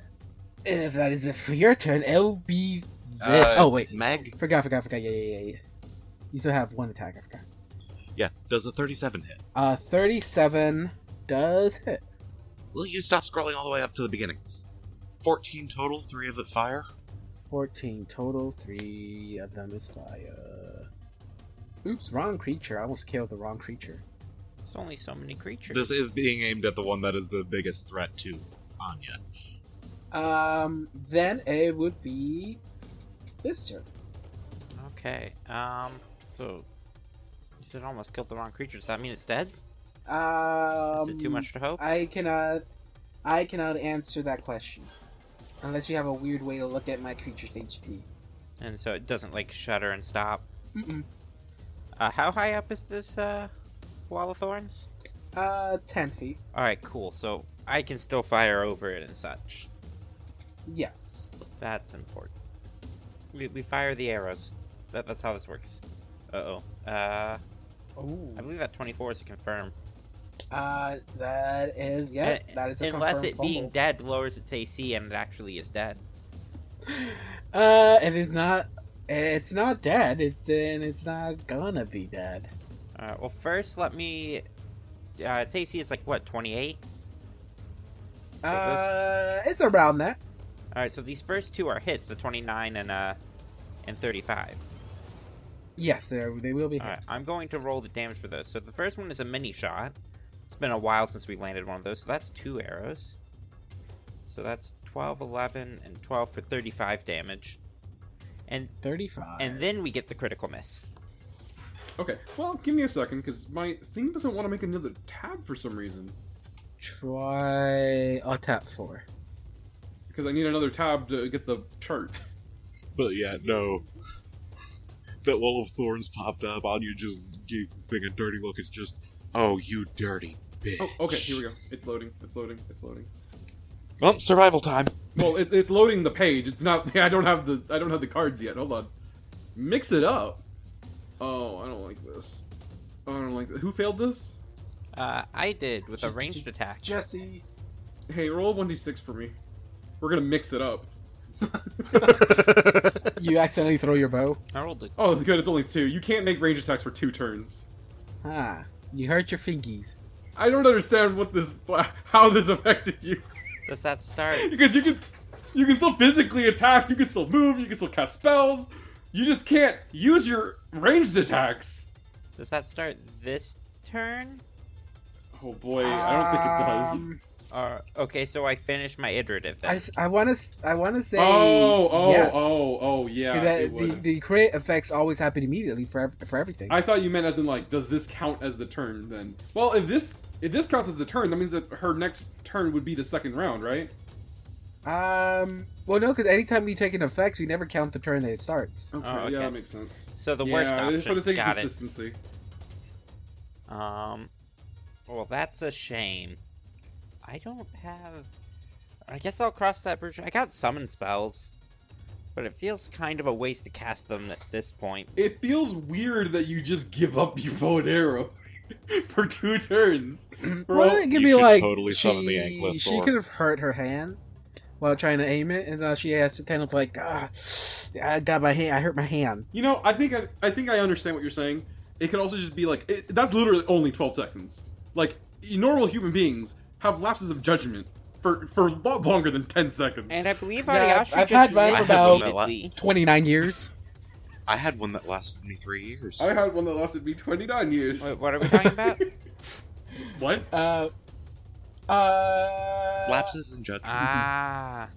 D: if that is it for your turn, it'll be. thi-
E: Uh,
D: oh
E: it's
D: wait,
E: Meg,
D: forgot, forgot, forgot. Yeah, yeah, yeah, yeah. You still have one attack. I forgot.
E: yeah, does a thirty-seven hit?
D: Uh, 37 does hit.
E: Will you stop scrolling all the way up to the beginning? Fourteen total, three of it fire.
D: 14 total. Three of them is fire. Oops, wrong creature. I almost killed the wrong creature.
A: There's only so many creatures.
E: This is being aimed at the one that is the biggest threat to Anya.
D: Um, then it would be this turn.
A: Okay. Um. So. You said almost killed the wrong creature. Does that mean it's dead?
D: Um,
A: is it too much to hope?
D: I cannot, I cannot answer that question, unless you have a weird way to look at my creature's HP.
A: And so it doesn't like shudder and stop.
D: Mm-mm.
A: Uh, how high up is this uh, wall of thorns?
D: Uh, ten feet.
A: All right, cool. So I can still fire over it and such.
D: Yes.
A: That's important. We, we fire the arrows. That, that's how this works. Uh-oh. Uh
D: Ooh.
A: I believe that 24 is a confirm.
D: Uh, that is yeah.
A: Uh,
D: That is a
A: unless
D: confirmed
A: it being
D: fumble.
A: dead lowers its AC and it actually is dead.
D: Uh, it is not. It's not dead. It's then it's not gonna be dead.
A: All right. Uh, Well, first let me. Uh, its AC is like what 28. So those-
D: Uh, it's around that.
A: All right. So these first two are hits. The 29 and uh and 35.
D: Yes, there they will be.
A: All right.
D: hits.
A: I'm going to roll the damage for those. So the first one is a mini shot. It's been a while since we landed one of those. So that's two arrows. So that's 12, 11, and 12 for 35 damage. And
D: thirty-five.
A: and then we get the critical miss.
C: Okay, well, give me a second because my thing doesn't want to make another tab for some reason.
D: try a tap four.
C: Because I need another tab to get the chart.
E: But yeah, no. That wall of thorns popped up. Anya just gave the thing a dirty look. It's just, oh, you dirty bitch.
C: Oh, okay, here we go. It's loading. It's loading. It's loading.
E: Well, survival time.
C: Well, it, it's loading the page. It's not. I don't have the. I don't have the cards yet. Hold on. Mix it up. Oh, I don't like this. I don't like. Who failed this?
A: Uh, I did with a ranged attack.
D: Jesse.
C: Hey, roll one d six for me. We're gonna mix it up.
D: You accidentally throw your bow.
A: I rolled a
C: Oh, good. It's only two. You can't make range attacks for two turns.
D: Ah, you hurt your fingies.
C: I don't understand what this. How this affected you.
A: Does that start?
C: because you can you can still physically attack, you can still move, you can still cast spells. You just can't use your ranged attacks.
A: Does that start this turn?
C: Oh boy, I don't think it does.
D: Um,
A: Or okay, so I finish my iterative then.
D: I want to I want to say.
C: Oh, oh,
D: yes.
C: oh, oh, yeah.
D: That
C: it
D: the,
C: would.
D: the crit effects always happen immediately for ev- for everything.
C: I thought you meant as in like, does this count as the turn then? Well, if this if this counts as the turn, that means that her next turn would be the second round, right?
D: um, well, no, because anytime we take an effect, we never count the turn that it starts.
C: Oh, Okay,
A: okay.
C: yeah, that makes sense.
A: so the
C: yeah,
A: worst
C: just for
A: option.
C: the sake of
A: Got it.
C: consistency.
A: Um. Well, that's a shame. I don't have I guess I'll cross that bridge. I got summon spells, but it feels kind of a waste to cast them at this point.
C: It feels weird that you just give up your bow and arrow for two turns. For
D: Well,
C: all-
D: it could
E: you
D: be
E: should
D: like
E: totally
D: she,
E: summon the Ankylosaur.
D: she could have hurt her hand while trying to aim it, and now she has to kind of like, ah, I got my hand, I hurt my hand.
C: You know, I think I, I think I understand what you're saying. It could also just be like it, that's literally only 12 seconds. Like normal human beings have lapses of judgment for for a lot longer than 10 seconds.
A: And I believe
D: Yeah,
A: Ariashi
D: I've
A: just
D: had mine
E: for
A: reacted
E: about-
A: immediately.
D: Twenty nine years.
E: I had one that lasted me three years.
C: I had one that lasted me 29 years.
A: Wait, what are we talking about?
C: What?
D: Uh, uh,
E: Lapses in judgment.
A: ah.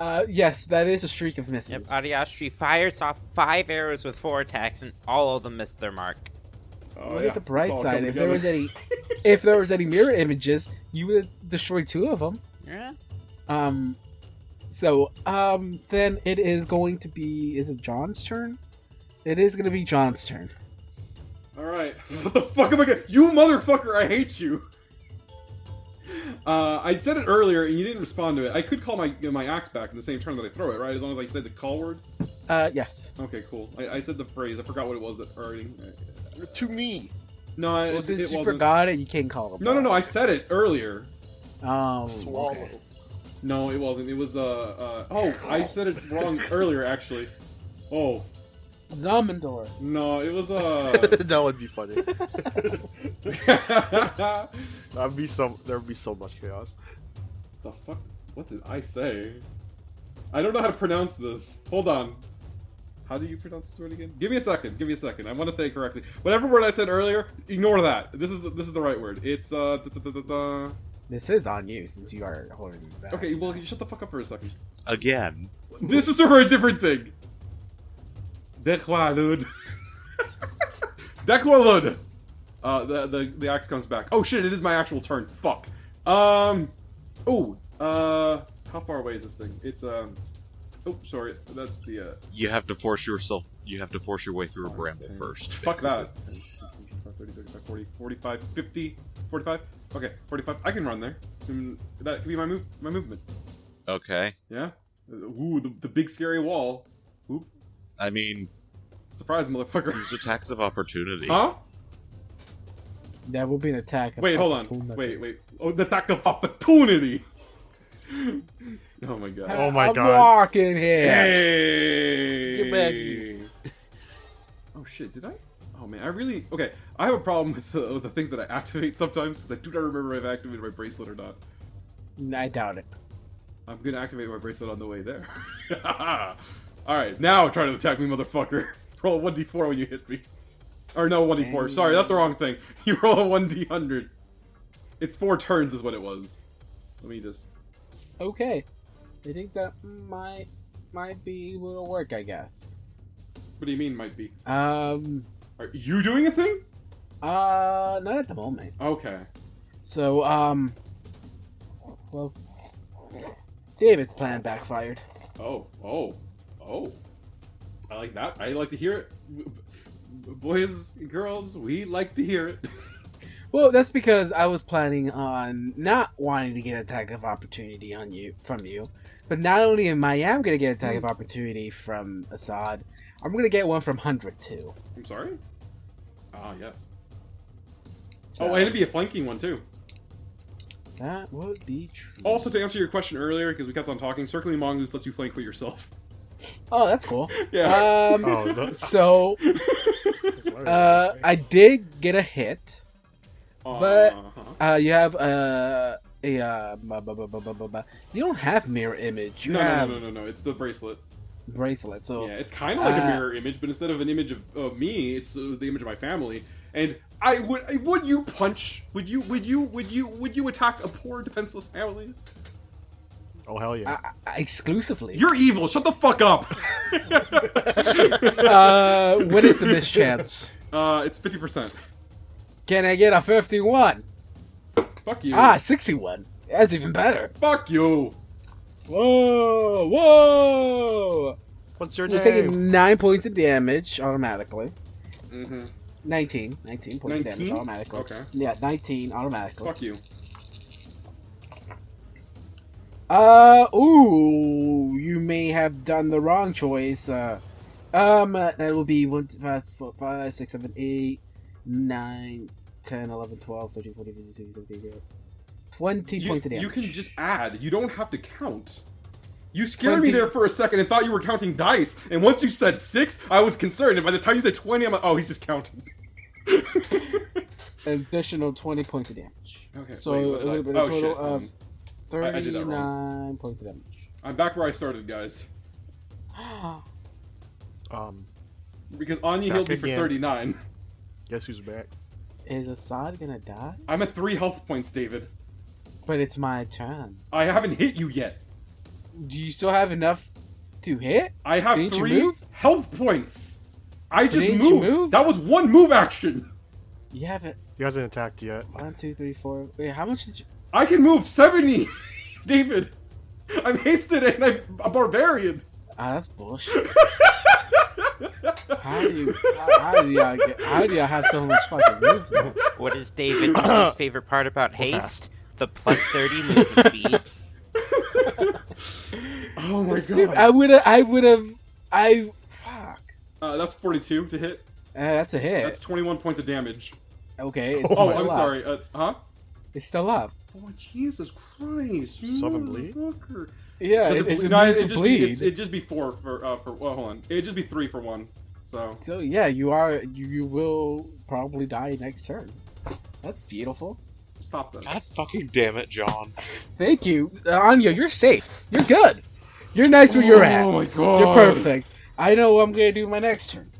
D: Uh, yes, that is a streak of
A: Yep,
D: misses.
A: Ariashi fires off five arrows with four attacks, and all of them missed their mark.
C: Oh,
D: Look
C: yeah,
D: at the bright
C: it's all
D: side.
C: come
D: If there was
C: together.
D: any, if there was any mirror images, you would have destroyed two of them.
A: Yeah.
D: Um, so um, then it is going to be. Is it John's turn? It is going to be John's turn.
C: All right. What the fuck am I gonna? You motherfucker! I hate you. Uh, I said it earlier, and you didn't respond to it. I could call my my axe back in the same turn that I throw it, right? As long as I said the call word.
D: Uh, yes.
C: Okay, cool. I, I said the phrase. I forgot what it was already.
B: To me.
C: No, I,
D: Well,
C: it,
D: since
C: it
D: you
C: wasn't.
D: forgot it, you can't call him.
C: No, no, no. I said it earlier.
D: Um,
B: Swallow.
D: okay.
C: No, it wasn't. It was uh, uh oh, I said it wrong earlier actually. Oh
D: Zamindor.
C: no, it was uh.
B: that would be funny. That'd be so. There'd be so much chaos.
C: the fuck? What did I say? I don't know how to pronounce this. Hold on. How do you pronounce this word again? Give me a second. Give me a second. I want to say it correctly. Whatever word I said earlier, ignore that. This is the, this is the right word. It's uh. da- da- da- da- da.
D: This is on you since you are holding me back.
C: Okay, well, you shut the fuck up for a second.
E: Again.
C: This is for a different thing. Dekwalud. Dekwalud. Uh, the, the the axe comes back. Oh shit! It is my actual turn. Fuck. Um. Oh. Uh. How far away is this thing? It's um. Oh, sorry. That's the. Uh,
E: You have to force yourself. You have to force your way through a bramble first.
C: fuck
E: basically.
C: that. 30, 35, 40, 45, 50, 45. Okay, 45. I can run there. Mm, That could be my move. My movement.
E: Okay.
C: Yeah. Ooh, the, the big scary wall. Oop.
E: I mean,
C: Surprise, motherfucker.
E: there's attacks of opportunity.
C: Huh?
D: That will be an attack. of
C: Wait, hold on.
D: opportunity.
C: Wait, wait. Oh, the attack of opportunity. oh my god.
B: Oh my
D: I'm
B: God.
D: walking here.
C: Hey.
B: Get back here.
C: Oh shit! Did I? Oh man, I really okay. I have a problem with the, with the things that I activate sometimes because I do not remember if I activated my bracelet or not.
D: I doubt it.
C: I'm gonna activate my bracelet on the way there. All right, now try to attack me, motherfucker. Roll one d4 when you hit me. Or no, one d4. Sorry, that's the wrong thing. You roll a one d100. It's four turns, is what it was. Let me just.
D: Okay. I think that might might be able to work. I guess.
C: What do you mean might be?
D: Um.
C: Are you doing a thing?
D: Uh. Not at the moment.
C: Okay.
D: So. Um. Well. David's plan backfired.
C: Oh, oh, oh. I like that. I like to hear it. B- b- Boys, girls, we like to hear it.
D: Well, that's because I was planning on not wanting to get an attack of opportunity on you from you, but not only am I am gonna get an
C: Hmm.
D: attack of opportunity from Assad, I'm gonna get one from Hundred too.
C: I'm sorry? Ah, yes.
D: So
C: Oh, and it'd be a flanking one, too.
D: that would be true.
C: Also, to answer your question earlier, because we kept on talking, circling Mongoose lets you flank with yourself.
D: oh, that's cool.
C: Yeah.
D: Um.
B: Oh, that's.
D: So uh, I did get a hit. but-
C: Uh-huh.
D: Uh, you have uh, a uh, bu- bu- bu- bu- bu- bu- bu- you don't have mirror image. You
C: No, no,
D: have
C: no, no, no, no. It's the bracelet.
D: bracelet. So
C: Yeah, it's kind of like a
D: Uh,
C: mirror image, but instead of an image of, of me, it's uh, the image of my family. And I would, I- would you punch? Would you, would you, would you, would you attack a poor defenseless family?
B: Oh hell yeah!
D: I- I- exclusively.
C: You're evil. Shut the fuck up.
D: Uh, what is the mischance?
C: uh, it's fifty percent.
D: Can I get a fifty-one?
C: Fuck you.
D: Ah, sixty-one. That's even better.
C: Fuck you.
D: Whoa, whoa!
B: What's your
D: You're
B: name?
D: taking nine points of damage automatically.
C: hmm
D: 19. 19 points of damage
C: 19?
D: automatically.
C: Okay.
D: Yeah, 19 automatically.
C: Fuck you.
D: Uh, ooh, you may have done the wrong choice. Uh, um, uh, that will be 1, two, five, four, five, six, seven, eight, nine, 10, 11, 12, 13, 14, 15, 16, 17, 18, 20
C: You,
D: points of damage.
C: you can just add. You don't have to count. You scared me
D: 20.
C: there for a second and thought you were counting dice. And once you said six, I was concerned. And by the time you said twenty, I'm like, oh, he's just counting.
D: Additional 20 points of damage.
C: Okay.
D: So,
C: wait,
D: it
C: what did I-
D: would've been a
C: oh
D: total uh,
C: shit.
D: of
C: um, I- I did that
D: 39
C: wrong.
D: points of damage.
C: I'm back where I started, guys.
B: Um,
C: Because Anya
B: Back
C: healed me for
B: again.
C: 39.
B: guess who's back?
D: Is Assad gonna die?
C: I'm at three health points, David.
D: But it's my turn.
C: I haven't hit you yet.
D: Do you still have enough to hit?
C: I have
D: Didn't you
C: three
D: move?
C: health points. I just
D: Didn't you
C: moved.
D: move?
C: That was one move action.
D: You have it.
B: He hasn't attacked yet.
D: One, two, three, four. Wait, how much did you?
C: I can move 70. David, I'm hasted and I'm a barbarian.
D: Ah, that's bullshit. how do you? How, how do y'all get? How do y'all have so much fucking movement?
A: What is David's most favorite part about haste? The plus 30 movement speed.
C: Oh my
D: Dude,
C: god.
D: I would have. I would have. I fuck.
C: Uh, that's 42 to hit.
D: Uh, that's a hit.
C: That's 21 points of damage.
D: Okay. It's
B: Oh,
C: Oh,
D: still
C: I'm
D: up.
C: sorry. Uh, it's- huh?
D: It's still up.
C: Oh Jesus Christ! you
B: Seven bleed?
C: motherfucker.
D: Yeah,
C: Does
D: it, it's
C: ble-
D: a
C: no,
D: need
C: it'd
D: to
C: just be-
D: bleed.
C: it's- It'd just be four for uh, for. Well, hold on. It'd just be three for one. So
D: So yeah, you are. You, you will probably die next turn. That's beautiful.
C: stop that.
E: God fucking damn it, John.
D: Thank you, uh, Anya. You're safe. You're good. You're nice where you're at.
C: Oh my god.
D: You're perfect. I know what I'm gonna do my next turn.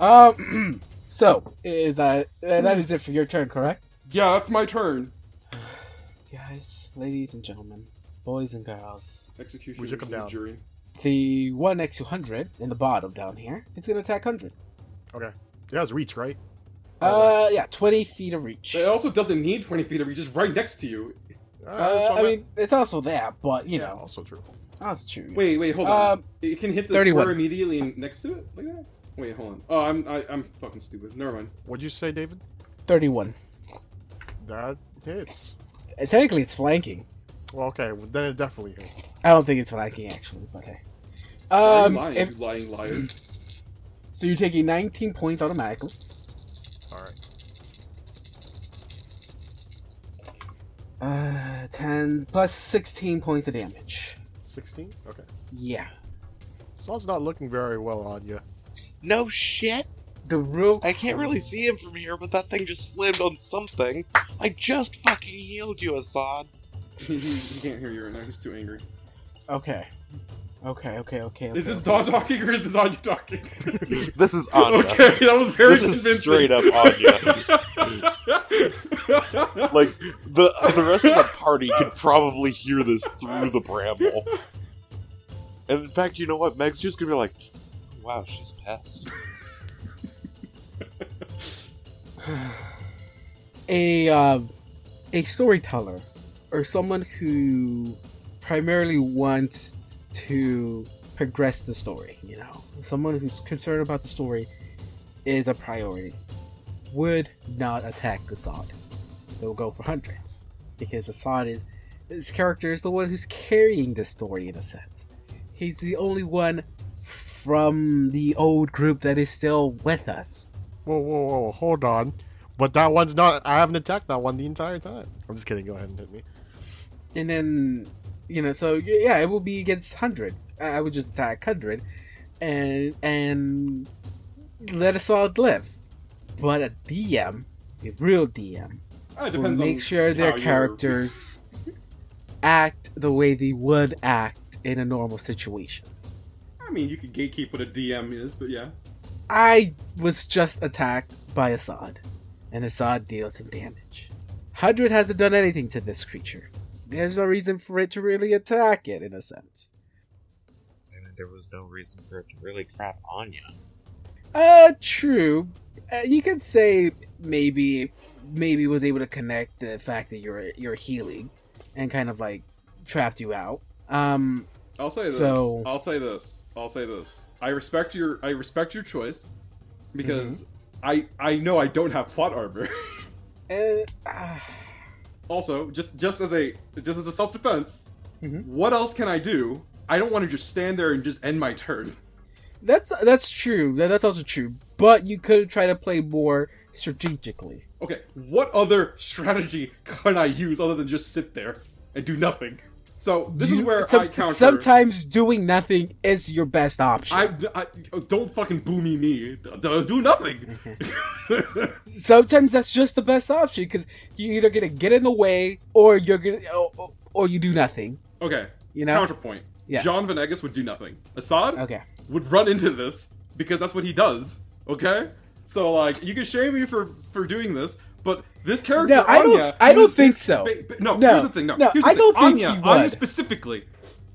D: Um, so is that uh, that is it for your turn, correct?
C: Yeah, that's my turn.
D: Guys, ladies and gentlemen, boys and girls,
C: Execution.
B: We took him down.
C: Jury.
D: the one x two hundred in the bottom down here. It's gonna attack hundred.
B: He has reach, right?
D: Uh, yeah, twenty feet of reach.
C: It also doesn't need 20 feet of reach. It's right next to you.
D: Uh, I mean, it's also that, but you know,
B: also true.
D: that's true.
C: Wait, wait, hold on.
D: Um,
C: It can hit the
D: 31.
C: square immediately and next to it like that. Wait, hold on. Oh, I'm I, I'm fucking stupid. Never mind.
B: What'd you say, David?
D: thirty-one.
B: That hits.
D: Uh, Technically, it's flanking.
B: Well, okay, well, then it definitely hits.
D: I don't think it's flanking actually. but Okay.
C: you
D: Um,
C: lying,
D: if,
C: you lying liar.
D: so you're taking nineteen points automatically.
B: All right.
D: Uh, 10 plus 16 points of damage.
B: 16? Okay.
D: Yeah.
B: Son's not looking very well on you.
E: No shit.
D: The real.
E: I can't really see him from here, but that thing just slammed on something. I just fucking healed you, Assad.
C: he, he- he can't hear you right now. He's too angry.
D: Okay. Okay, okay, okay.
C: Is
D: okay.
C: this Dawn talking or is this Anya talking?
E: This is Anya.
C: Okay, that was very
E: This is
C: convincing.
E: straight up Like the the rest of the party could probably hear this through the bramble. And in fact, you know what? Meg's just gonna be like, "Wow, she's pissed."
D: a um, a storyteller or someone who primarily wants to progress the story you know someone who's concerned about the story is a priority would not attack assad they'll go for 100 because assad is his character is the one who's carrying the story in a sense he's the only one from the old group that is still with us
B: Whoa, whoa, whoa, whoa, hold on. But that one's not. I haven't attacked that one the entire time. I'm just kidding. Go ahead and hit me.
D: and then you know so y- yeah it will be against 100 i I would just attack 100 and and let us all live but a dm a real dm
C: Ah, it
D: will
C: depends
D: make
C: on
D: sure their
C: how you're-
D: characters act the way they would act in a normal situation
C: I mean, you could gatekeep what a DM is, but yeah.
D: i was just attacked by assad and assad deals some damage 100 hasn't done anything to this creature there's no reason for it to really attack it in a sense
E: I mean, there was no reason for it to really trap Anya.
D: Uh, true. Uh, you could say maybe, maybe was able to connect the fact that you're you're healing, and kind of like trapped you out. Um,
C: I'll say this.
D: So-
C: I'll say this. I'll say this. I respect your I respect your choice because
D: Mm-hmm.
C: I I know I don't have plot armor.
D: and, uh,
C: also, just just as a just as a self defense,
D: Mhm.
C: What else can I do? I don't want to just stand there and just end my turn.
D: That's that's true. That, that's also true. But you could try to play more strategically.
C: Okay, what other strategy can I use other than just sit there and do nothing? So this is
D: You-
C: where
D: some-
C: I counter.
D: Sometimes doing nothing is your best option.
C: I, I don't fucking boomy me. D- d- Do nothing.
D: sometimes that's just the best option because you're either gonna get in the way or you're gonna or, or you do nothing.
C: okay,
D: You know?
C: counterpoint.
D: Yes.
C: John Venegas would do nothing. Assad
D: Okay.
C: would run into this because that's what he does. Okay, so like you can shame me for for doing this, but this character
D: No, I don't-
C: Anya,
D: I don't
C: who's-
D: think
C: is
D: so.
C: ba- ba- no,
D: No,
C: here's the thing. No,
D: no,
C: here's the
D: I
C: thing.
D: don't think
C: Anya,
D: he
C: Anya
D: would.
C: specifically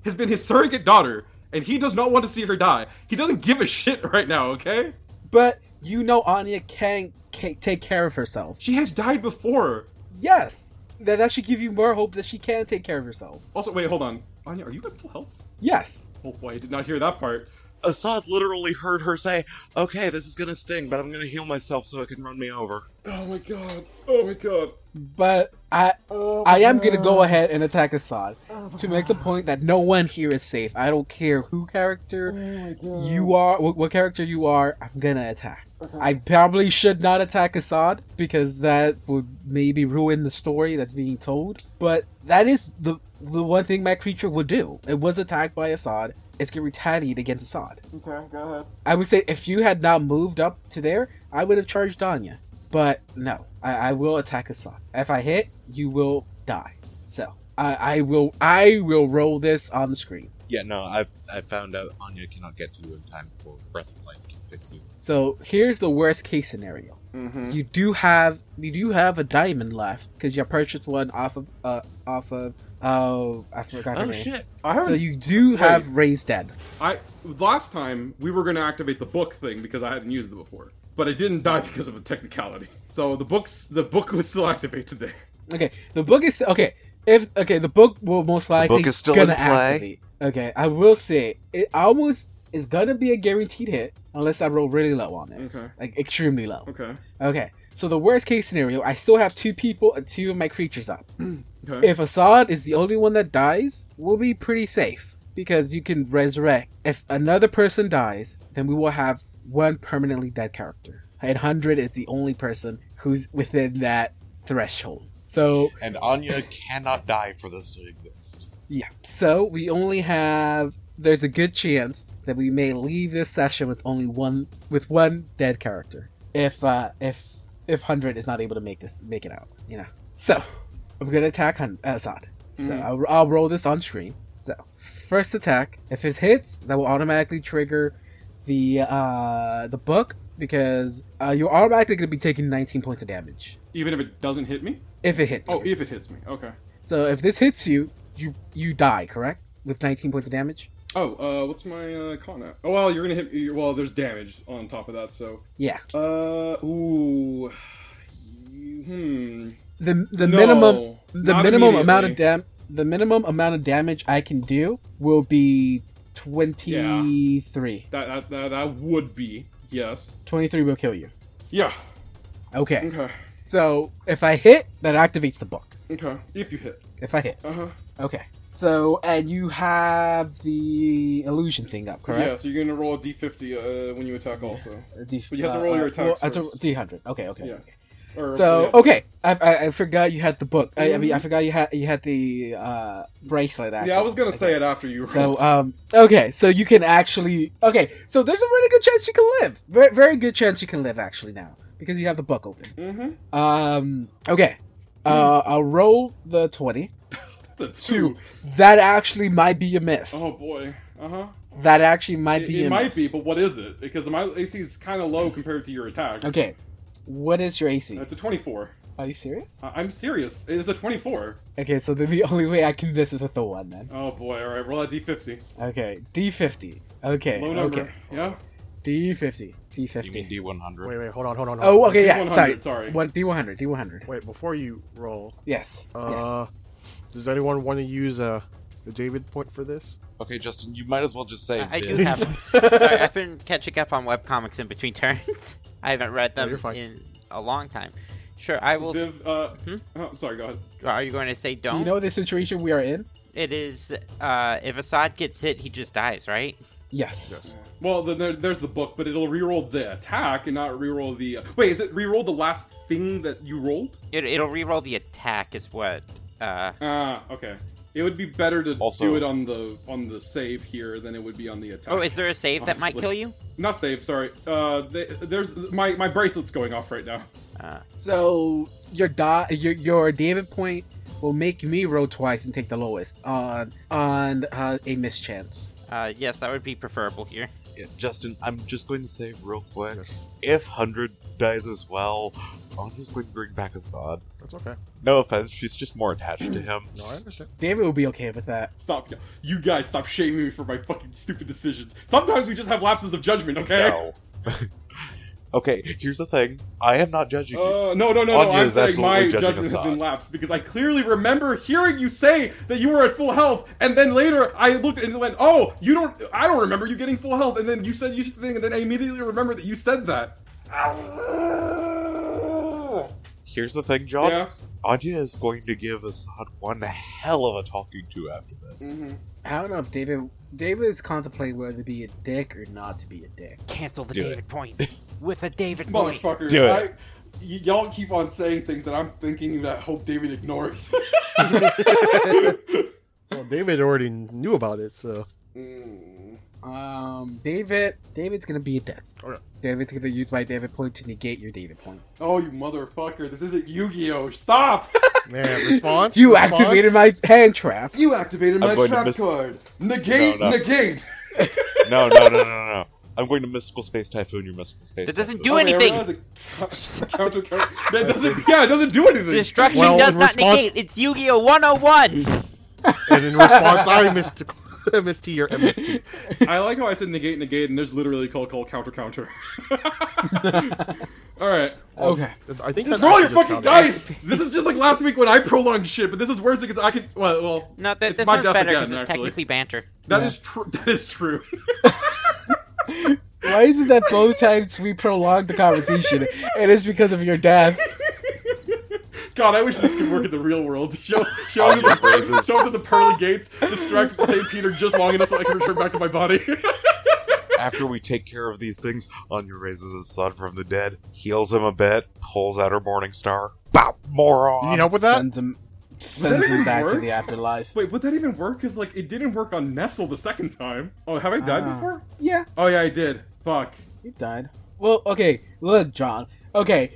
C: has been his surrogate daughter, and he does not want to see her die. He doesn't give a shit right now. Okay,
D: But you know, Anya can, ca take care of herself.
C: she has died before.
D: Yes, that that should give you more hope that she can take care of herself.
C: Also, wait, hold on. Anya, are you at full health?
D: Yes.
C: Oh boy, I did not hear that part.
E: Assad literally heard her say, Okay, this is gonna sting, but I'm gonna heal myself so it can run me over.
C: Oh my god. Oh my god.
D: But I
C: Oh
D: I am gonna go ahead and attack Assad to make the point that no one here is safe. I don't care who
C: oh
D: character you are, what, what character you are. I'm gonna attack. I probably should not attack Assad because that would maybe ruin the story that's being told. But that is the the one thing my creature would do. It was attacked by Assad. It's gonna retaliate against Assad.
C: Okay, go ahead.
D: I would say if you had not moved up to there, I would have charged Anya. But no, I, I will attack Assad. If I hit, you will die. So I, I will I will roll this on the screen.
E: Yeah, no, I I found out Anya cannot get to you in time before Breath of Life can fix you.
D: So here's the worst case scenario.
C: Mm-hmm.
D: You do have you do have a diamond left because you purchased one off of uh off of oh I forgot her
E: Oh
D: name.
E: shit!
C: I heard
D: So you do have raised dead.
C: I last time we were gonna activate the book thing because I hadn't used it before. But I didn't die because of a technicality. So the books the book would still activate today.
D: Okay, the book is okay. If okay, the book will most likely
E: book is still
D: gonna
E: in play.
D: activate. Okay, I will say it almost is gonna be a guaranteed hit unless I roll really low on this,
C: Okay.
D: like extremely low.
C: Okay.
D: Okay, so the worst case scenario, I still have two people and two of my creatures up.
C: Okay.
D: If Assad is the only one that dies, we'll be pretty safe because you can resurrect. If another person dies, then we will have one permanently dead character. And hundred is the only person who's within that threshold. So
E: And Anya cannot die for this to exist.
D: yeah. So we only have there's a good chance that we may leave this session with only one with one dead character. If uh if if Hundred is not able to make this make it out, you know. So I'm gonna attack Hun- uh, Assad. So
C: Mhm.
D: I'll, I'll roll this on screen. So first attack. If it hits, that will automatically trigger the uh the book because uh, you're automatically gonna be taking 19 points of damage
C: Even if it doesn't hit me?
D: if it hits.
C: Oh,
D: you.
C: if it hits me. Okay.
D: So if this hits you, you you die, correct? With 19 points of damage.
C: Oh, uh, what's my uh, con at? Oh, well, you're gonna hit. you well, there's damage on top of that, so.
D: Yeah.
C: Uh, ooh. You- Hmm.
D: The the
C: No,
D: minimum the
C: not
D: minimum amount
C: immediately.
D: of dam the minimum amount of damage I can do will be 23.
C: That, that, that, that would be. Yes.
D: 23 will kill you.
C: Yeah.
D: Okay.
C: Okay.
D: So if I hit, that activates the book.
C: Okay. If you hit.
D: If I hit.
C: Uh huh.
D: Okay. So and you have the illusion thing up,
C: Yeah,
D: correct?
C: so you're gonna roll a d50 uh, when you attack also.
D: Uh, D-
C: But you have to roll your attacks
D: well, I have to-
C: first.
D: D100. Okay, okay.
C: Yeah. Or,
D: So
C: yeah. Mm-hmm.
D: okay, I, I, I forgot you had the book. I, I mean, I forgot you had you had the uh, bracelet.
C: Yeah, I was gonna
D: active.
C: say it after you.
D: So,
C: rolled.
D: um, okay, so you can actually, okay, so there's a really good chance you can live. Very, very good chance you can live actually now because you have the book open.
C: Mhm.
D: Um, okay, uh,
C: Mm-hmm.
D: I'll roll the twenty.
C: It's a
D: Two. That actually might be a miss.
C: Oh boy. Uh huh.
D: That actually might
C: It,
D: be.
C: it
D: a
C: might
D: miss.
C: be, but what is it? Because my AC is kind of low compared to your attacks.
D: Okay, what is your AC?
C: It's a 24.
D: Are you serious?
C: I- I'm serious. It is a 24.
D: Okay, so then the only way I can do this is with the one then.
C: Oh boy. All right. Roll a d50.
D: Okay, D fifty. Okay,
C: Low number.
D: okay,
C: Yeah.
D: D fifty, D
E: You mean
D: fifty.
E: D100?
B: Wait, wait, hold on, hold on. Hold
D: Oh,
B: on.
D: okay, yeah.
C: D100,
D: Sorry,
C: sorry.
D: What D one hundred? D one hundred.
B: Wait, before you roll,
D: Yes.
B: uh, does anyone want to use a, a David point for this?
E: Okay, Justin, you might as well just say.
A: I, I do
E: Viv.
A: have. Sorry, I've been catching up on webcomics in between turns. I haven't read
B: No,
A: them
B: you're fine.
A: in a long time. Sure, I will. s-
C: Viv, uh,
A: Hmm?
C: oh, sorry. Go ahead.
A: Are you going to say
D: Do
A: don't?
D: you know the situation we are in?
A: It is. Uh, if Assad gets hit, he just dies, right?
D: Yes.
B: Yes.
C: Well, then there, there's the book, but it'll reroll the attack and not reroll the. Wait, is it reroll the last thing that you rolled?
A: It, it'll reroll the attack, is what. Uh,
C: Ah, okay. It would be better to
E: Also-
C: do it on the on the save here than it would be on the attack.
A: oh, is there a save that might
C: Honestly.
A: kill you?
C: not save? Sorry. Uh, they, there's my my bracelet's going off right now.
A: Uh,
D: So your da- your your David point will make me roll twice and take the lowest on on uh, a mischance.
A: uh, yes, that would be preferable here.
E: Yeah, Justin, I'm just going to say real
D: Uh,
E: quick
B: Yes.
E: if 100 dies as well, I'm just going to bring back Assad.
B: That's okay.
E: No offense, she's just more attached to him.
B: No, I understand.
D: David will be okay with that.
C: Stop, y- you guys! Stop shaming me for my fucking stupid decisions. Sometimes we just have lapses of judgment. Okay.
E: No. okay, here's the thing I am not judging you.
C: Uh, no, no, no, no.
E: Anya
C: I'm
E: is
C: saying my
E: absolutely judging
C: judgment has
E: Assad.
C: been lapsed because I clearly remember hearing you say that you were at full health, and then later I looked and went, "Oh, you don't. I don't remember you getting full health." And then you said you should thing, and then I immediately remembered that you said that.
E: Here's the thing, John.
C: Yeah.
E: Anya is going to give Assad one hell of a talking to after this.
D: I don't know if David David is contemplating whether to be a dick or not to be a dick.
A: Cancel the
E: Do it.
A: David point with a David point.
C: Motherfucker.
E: Do it.
C: I, y- y'all keep on saying things that I'm thinking that Hope David ignores.
B: Well, David already knew about it, so
C: Mm.
D: Um, David David's gonna be a dick.
B: Okay.
D: David's gonna use my David point to negate your David point.
C: Oh, you motherfucker! This isn't Yu-Gi-Oh! Stop!
B: man, response.
D: You
B: response?
D: activated my hand trap.
C: You activated my
E: I'm going to
C: trap
E: mis-
C: card. Negate,
E: No, no.
C: negate.
B: Mm.
E: No, no, no, no, no, no. I'm going to mystical space typhoon your mystical space.
A: That doesn't
E: Typhoon.
A: do
C: Oh, wait,
A: anything.
C: I realize it- Counter- counter- That doesn't. Yeah, it doesn't do anything.
A: Destruction
B: Well,
A: does
B: in
A: not
B: response-
A: negate. It's Yu-Gi-Oh 101.
B: And in response, I missed MST or MST.
C: I like how I said negate, negate, and there's literally call, call, counter, counter. All right.
D: Okay.
B: I think that's
C: Just roll
B: actually
C: your
B: just
C: fucking
B: counted.
C: dice. This is just like last week when I prolonged shit, but this is worse because I could. Well, well
A: No,
C: It's
A: th- this
C: my
A: one's
C: death
A: better
C: again,
A: because it's
C: actually.
A: technically banter.
C: that
D: Yeah.
C: is true. That is true.
D: Why is it that both times we prolonged the conversation, and it's because of your death?
C: God, I wish this could work in the real world. Show, show, him to
E: Audio
C: the,
E: phrases.
C: show him to the pearly gates, distract St. Peter just long enough so I can return back to my body.
E: After we take care of these things, Anya raises his son from the dead, heals him a bit, pulls out her morning star. Bop, moron.
B: You help with that?
D: Sends him, sends him back to
C: work?
D: the afterlife.
C: Wait, would that even work? Because, like, it didn't work on Nestle the second time. Oh, have I died
D: Ah.
C: before?
D: Yeah,
C: Oh, yeah, I did. Fuck.
D: you died. Well, okay, look, John. Okay,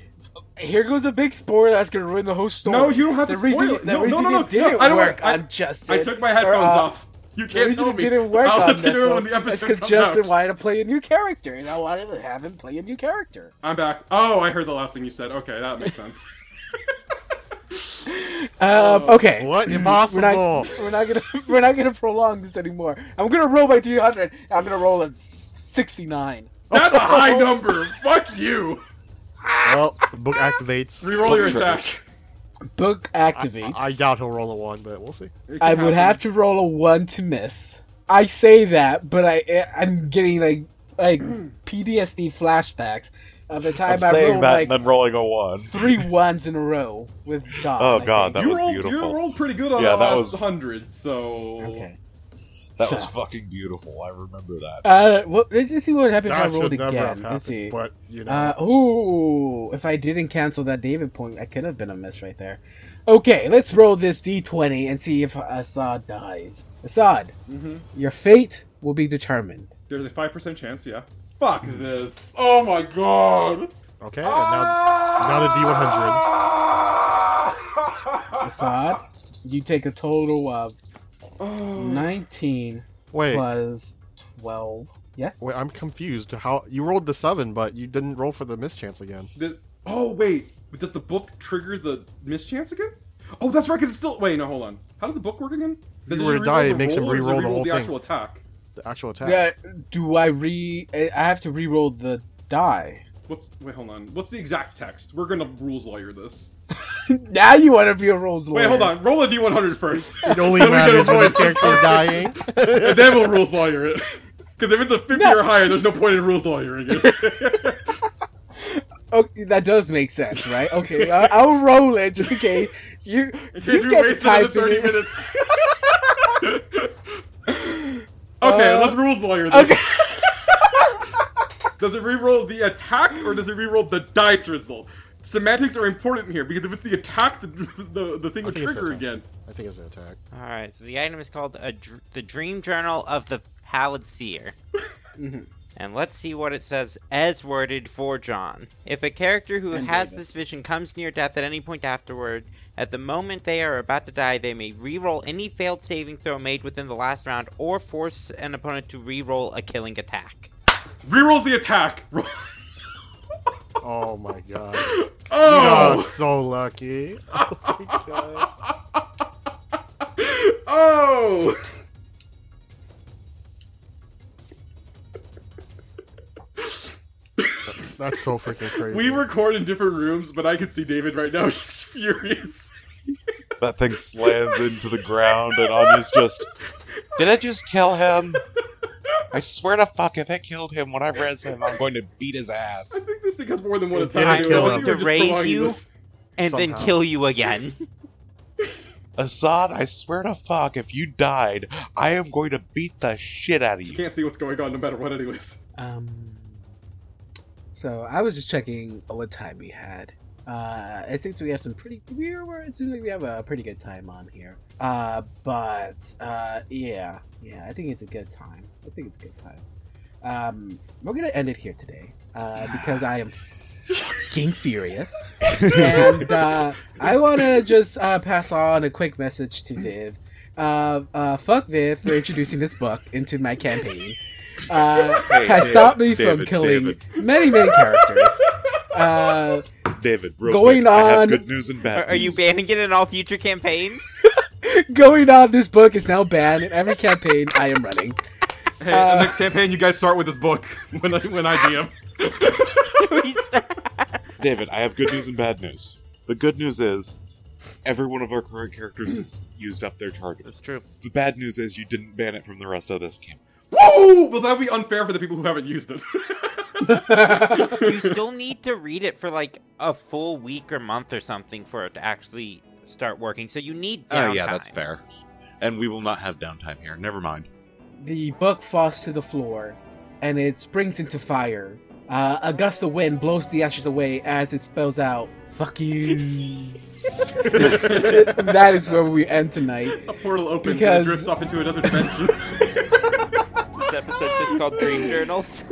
D: here goes a big spoiler that's gonna ruin the whole story.
C: No, you don't have to
D: the reason,
C: spoil it.
D: The
C: No, no,
D: reason
C: no, no,
D: it didn't
C: no, I don't
D: work
C: want- I-
D: on Justin.
C: I took my headphones
D: or, uh,
C: off. You
D: The
C: can't
D: reason
C: tell
D: it
C: me.
D: didn't work
C: I'll
D: on
C: listen to it
D: Nestle
C: when the
D: is
C: episode
D: because
C: comes
D: Justin
C: out.
D: wanted to play a new character, and I wanted to have him play a new character.
C: I'm back. Oh, I heard the last thing you said. Okay, that makes sense. Oh.
D: Um, okay.
B: What?
D: We're
B: Impossible.
D: not, we're not gonna we're not gonna prolong this anymore. I'm gonna roll by 300. I'm gonna roll a 69.
C: That's a high number. Fuck you.
B: Well, the book activates.
C: Reroll your
E: Sure.
C: attack.
D: Book
B: I,
D: activates.
B: I doubt he'll roll a one, but we'll see.
C: It can
D: I
C: happen.
D: would have to roll a one to miss. I say that, but I eh, I'm getting like like PTSD flashbacks of the time
E: I'm
D: I
E: saying
D: rolled
E: that
D: like
E: and then rolling a one.
D: three ones in a row with Don.
E: Oh,
D: I
E: God,
D: think.
E: that
C: you
E: was
C: rolled,
E: beautiful.
C: You rolled pretty good on
E: Yeah,
C: the
E: that
C: last
E: was-
C: hundred, so
D: okay.
E: That was
D: Yeah.
E: fucking beautiful. I remember that.
D: Uh, well, let's just see what happens
B: That
D: if I rolled
B: should never have
D: again. Let's see.
B: happened. But you know,
D: Uh, ooh, if I didn't cancel that David point, I could have been a miss right there. Okay, let's roll this d20 and see if Assad dies. Assad, your fate will be determined.
C: There's a five percent chance. Yeah. Fuck
D: Hmm.
C: this. Oh my god.
B: okay. And now, now the D one hundred.
D: Assad, you take a total of
C: Oh,
D: 19
B: Wait,
D: plus 12. Yes?
B: wait. I'm confused. How you rolled the seven, but you didn't roll for the mischance again?
C: the- oh wait, But does the book trigger the mischance again? Oh, that's right. Cause it's still. Wait, no, hold on. How does the book work again? Does
B: you were to
C: reroll
B: die,
C: the
B: it makes him
C: roll, or does it
B: reroll the whole
C: the
B: thing.
C: actual attack.
B: The actual attack.
D: Yeah, do I re. I have to re roll the die.
C: What's wait? Hold on. What's the exact text? We're gonna rules lawyer this.
D: now you want to be a rolls lawyer.
C: Wait, hold on. Roll a d100 first.
B: It only
C: So we can
B: matters when this
C: avoid
B: character is dying.
C: and then we'll rules lawyer it. Because if it's a 50
D: No.
C: or higher, there's no point in rules lawyering it.
D: Oh, that does make sense, right? Okay, I, I'll roll it just in case you
C: In case
D: you
C: we
D: get to
C: waste another
D: type
C: 30
D: it.
C: minutes. okay,
D: Uh,
C: let's rules lawyer this.
D: okay.
C: does it reroll the attack or does it reroll the dice result? Semantics are important here because if it's the attack, the the, the thing
B: I
C: would
B: think it's
C: trigger
B: attack.
C: again.
B: I think it's an attack.
A: All right, so the item is called a dr- the Dream Journal of the Pallid Seer.
D: Mhm.
A: And let's see what it says as worded for John. If a character who
D: And
A: has
D: David.
A: this vision comes near death at any point afterward, at the moment they are about to die, they may re-roll any failed saving throw made within the last round or force an opponent to re-roll a killing attack.
C: Rerolls the attack.
B: Oh my god. You got
C: oh.
B: so lucky. Oh my god.
C: oh.
B: That's so freaking crazy.
C: We record in different rooms, but I can see David right now. He's furious.
E: That thing slams into the ground, and Anya's just. Did it just kill him? I swear to fuck, if it killed him when I res him, I'm going to beat his
C: I
E: ass.
C: think this thing has more than one
B: It
C: attack.
B: did
C: dude.
B: kill
C: I think
B: him.
C: we're just
A: To raise
C: prolonging
A: you?
C: this.
A: And
B: Somehow.
A: then kill you again.
E: Assad, I swear to fuck, if you died, I am going to beat the shit out of
C: You
E: you.
C: can't see what's going on no matter what, anyways.
D: Um, so I was just checking what time we had. Uh, I think we have some pretty. We were. It seems like we have a pretty good time on here. Uh, but uh, yeah, yeah. I think it's a good time. I think it's a good time. Um, we're gonna end it here today uh, because I am fucking furious, and uh, I want to just uh, pass on a quick message to Viv. Uh, uh, fuck Viv for introducing this book into my campaign. Uh,
E: Hey,
D: has
E: David,
D: stopped me from
E: David,
D: killing
E: David.
D: many, many characters. Uh,
E: David, real
D: Going
E: quick, I
D: on-
E: have good news and bad
A: Are, are you
E: news.
A: banning it in all future campaigns?
D: going on, this book is now banned in every campaign I am running.
C: Hey,
D: Uh,
C: next campaign, you guys start with this book when I, when I DM.
E: David, I have good news and bad news. The good news is, every one of our current characters has used up their charges.
A: That's true.
E: The bad news is, you didn't ban it from the rest of this camp.
C: Woo! Well, that'd be unfair for the people who haven't used it.
A: you still need to read it for like a full week or month or something for it to actually start working. So you need.
E: Oh, yeah, that's
A: downtime.
E: fair. And we will not have downtime here. Never mind.
D: The book falls to the floor, and it springs into fire. Uh, a gust of wind blows the ashes away as it spells out "fuck you." that is where we end tonight.
C: a portal opens
D: Because-
C: and it drifts off into another dimension.
A: This episode just called Dream Journals.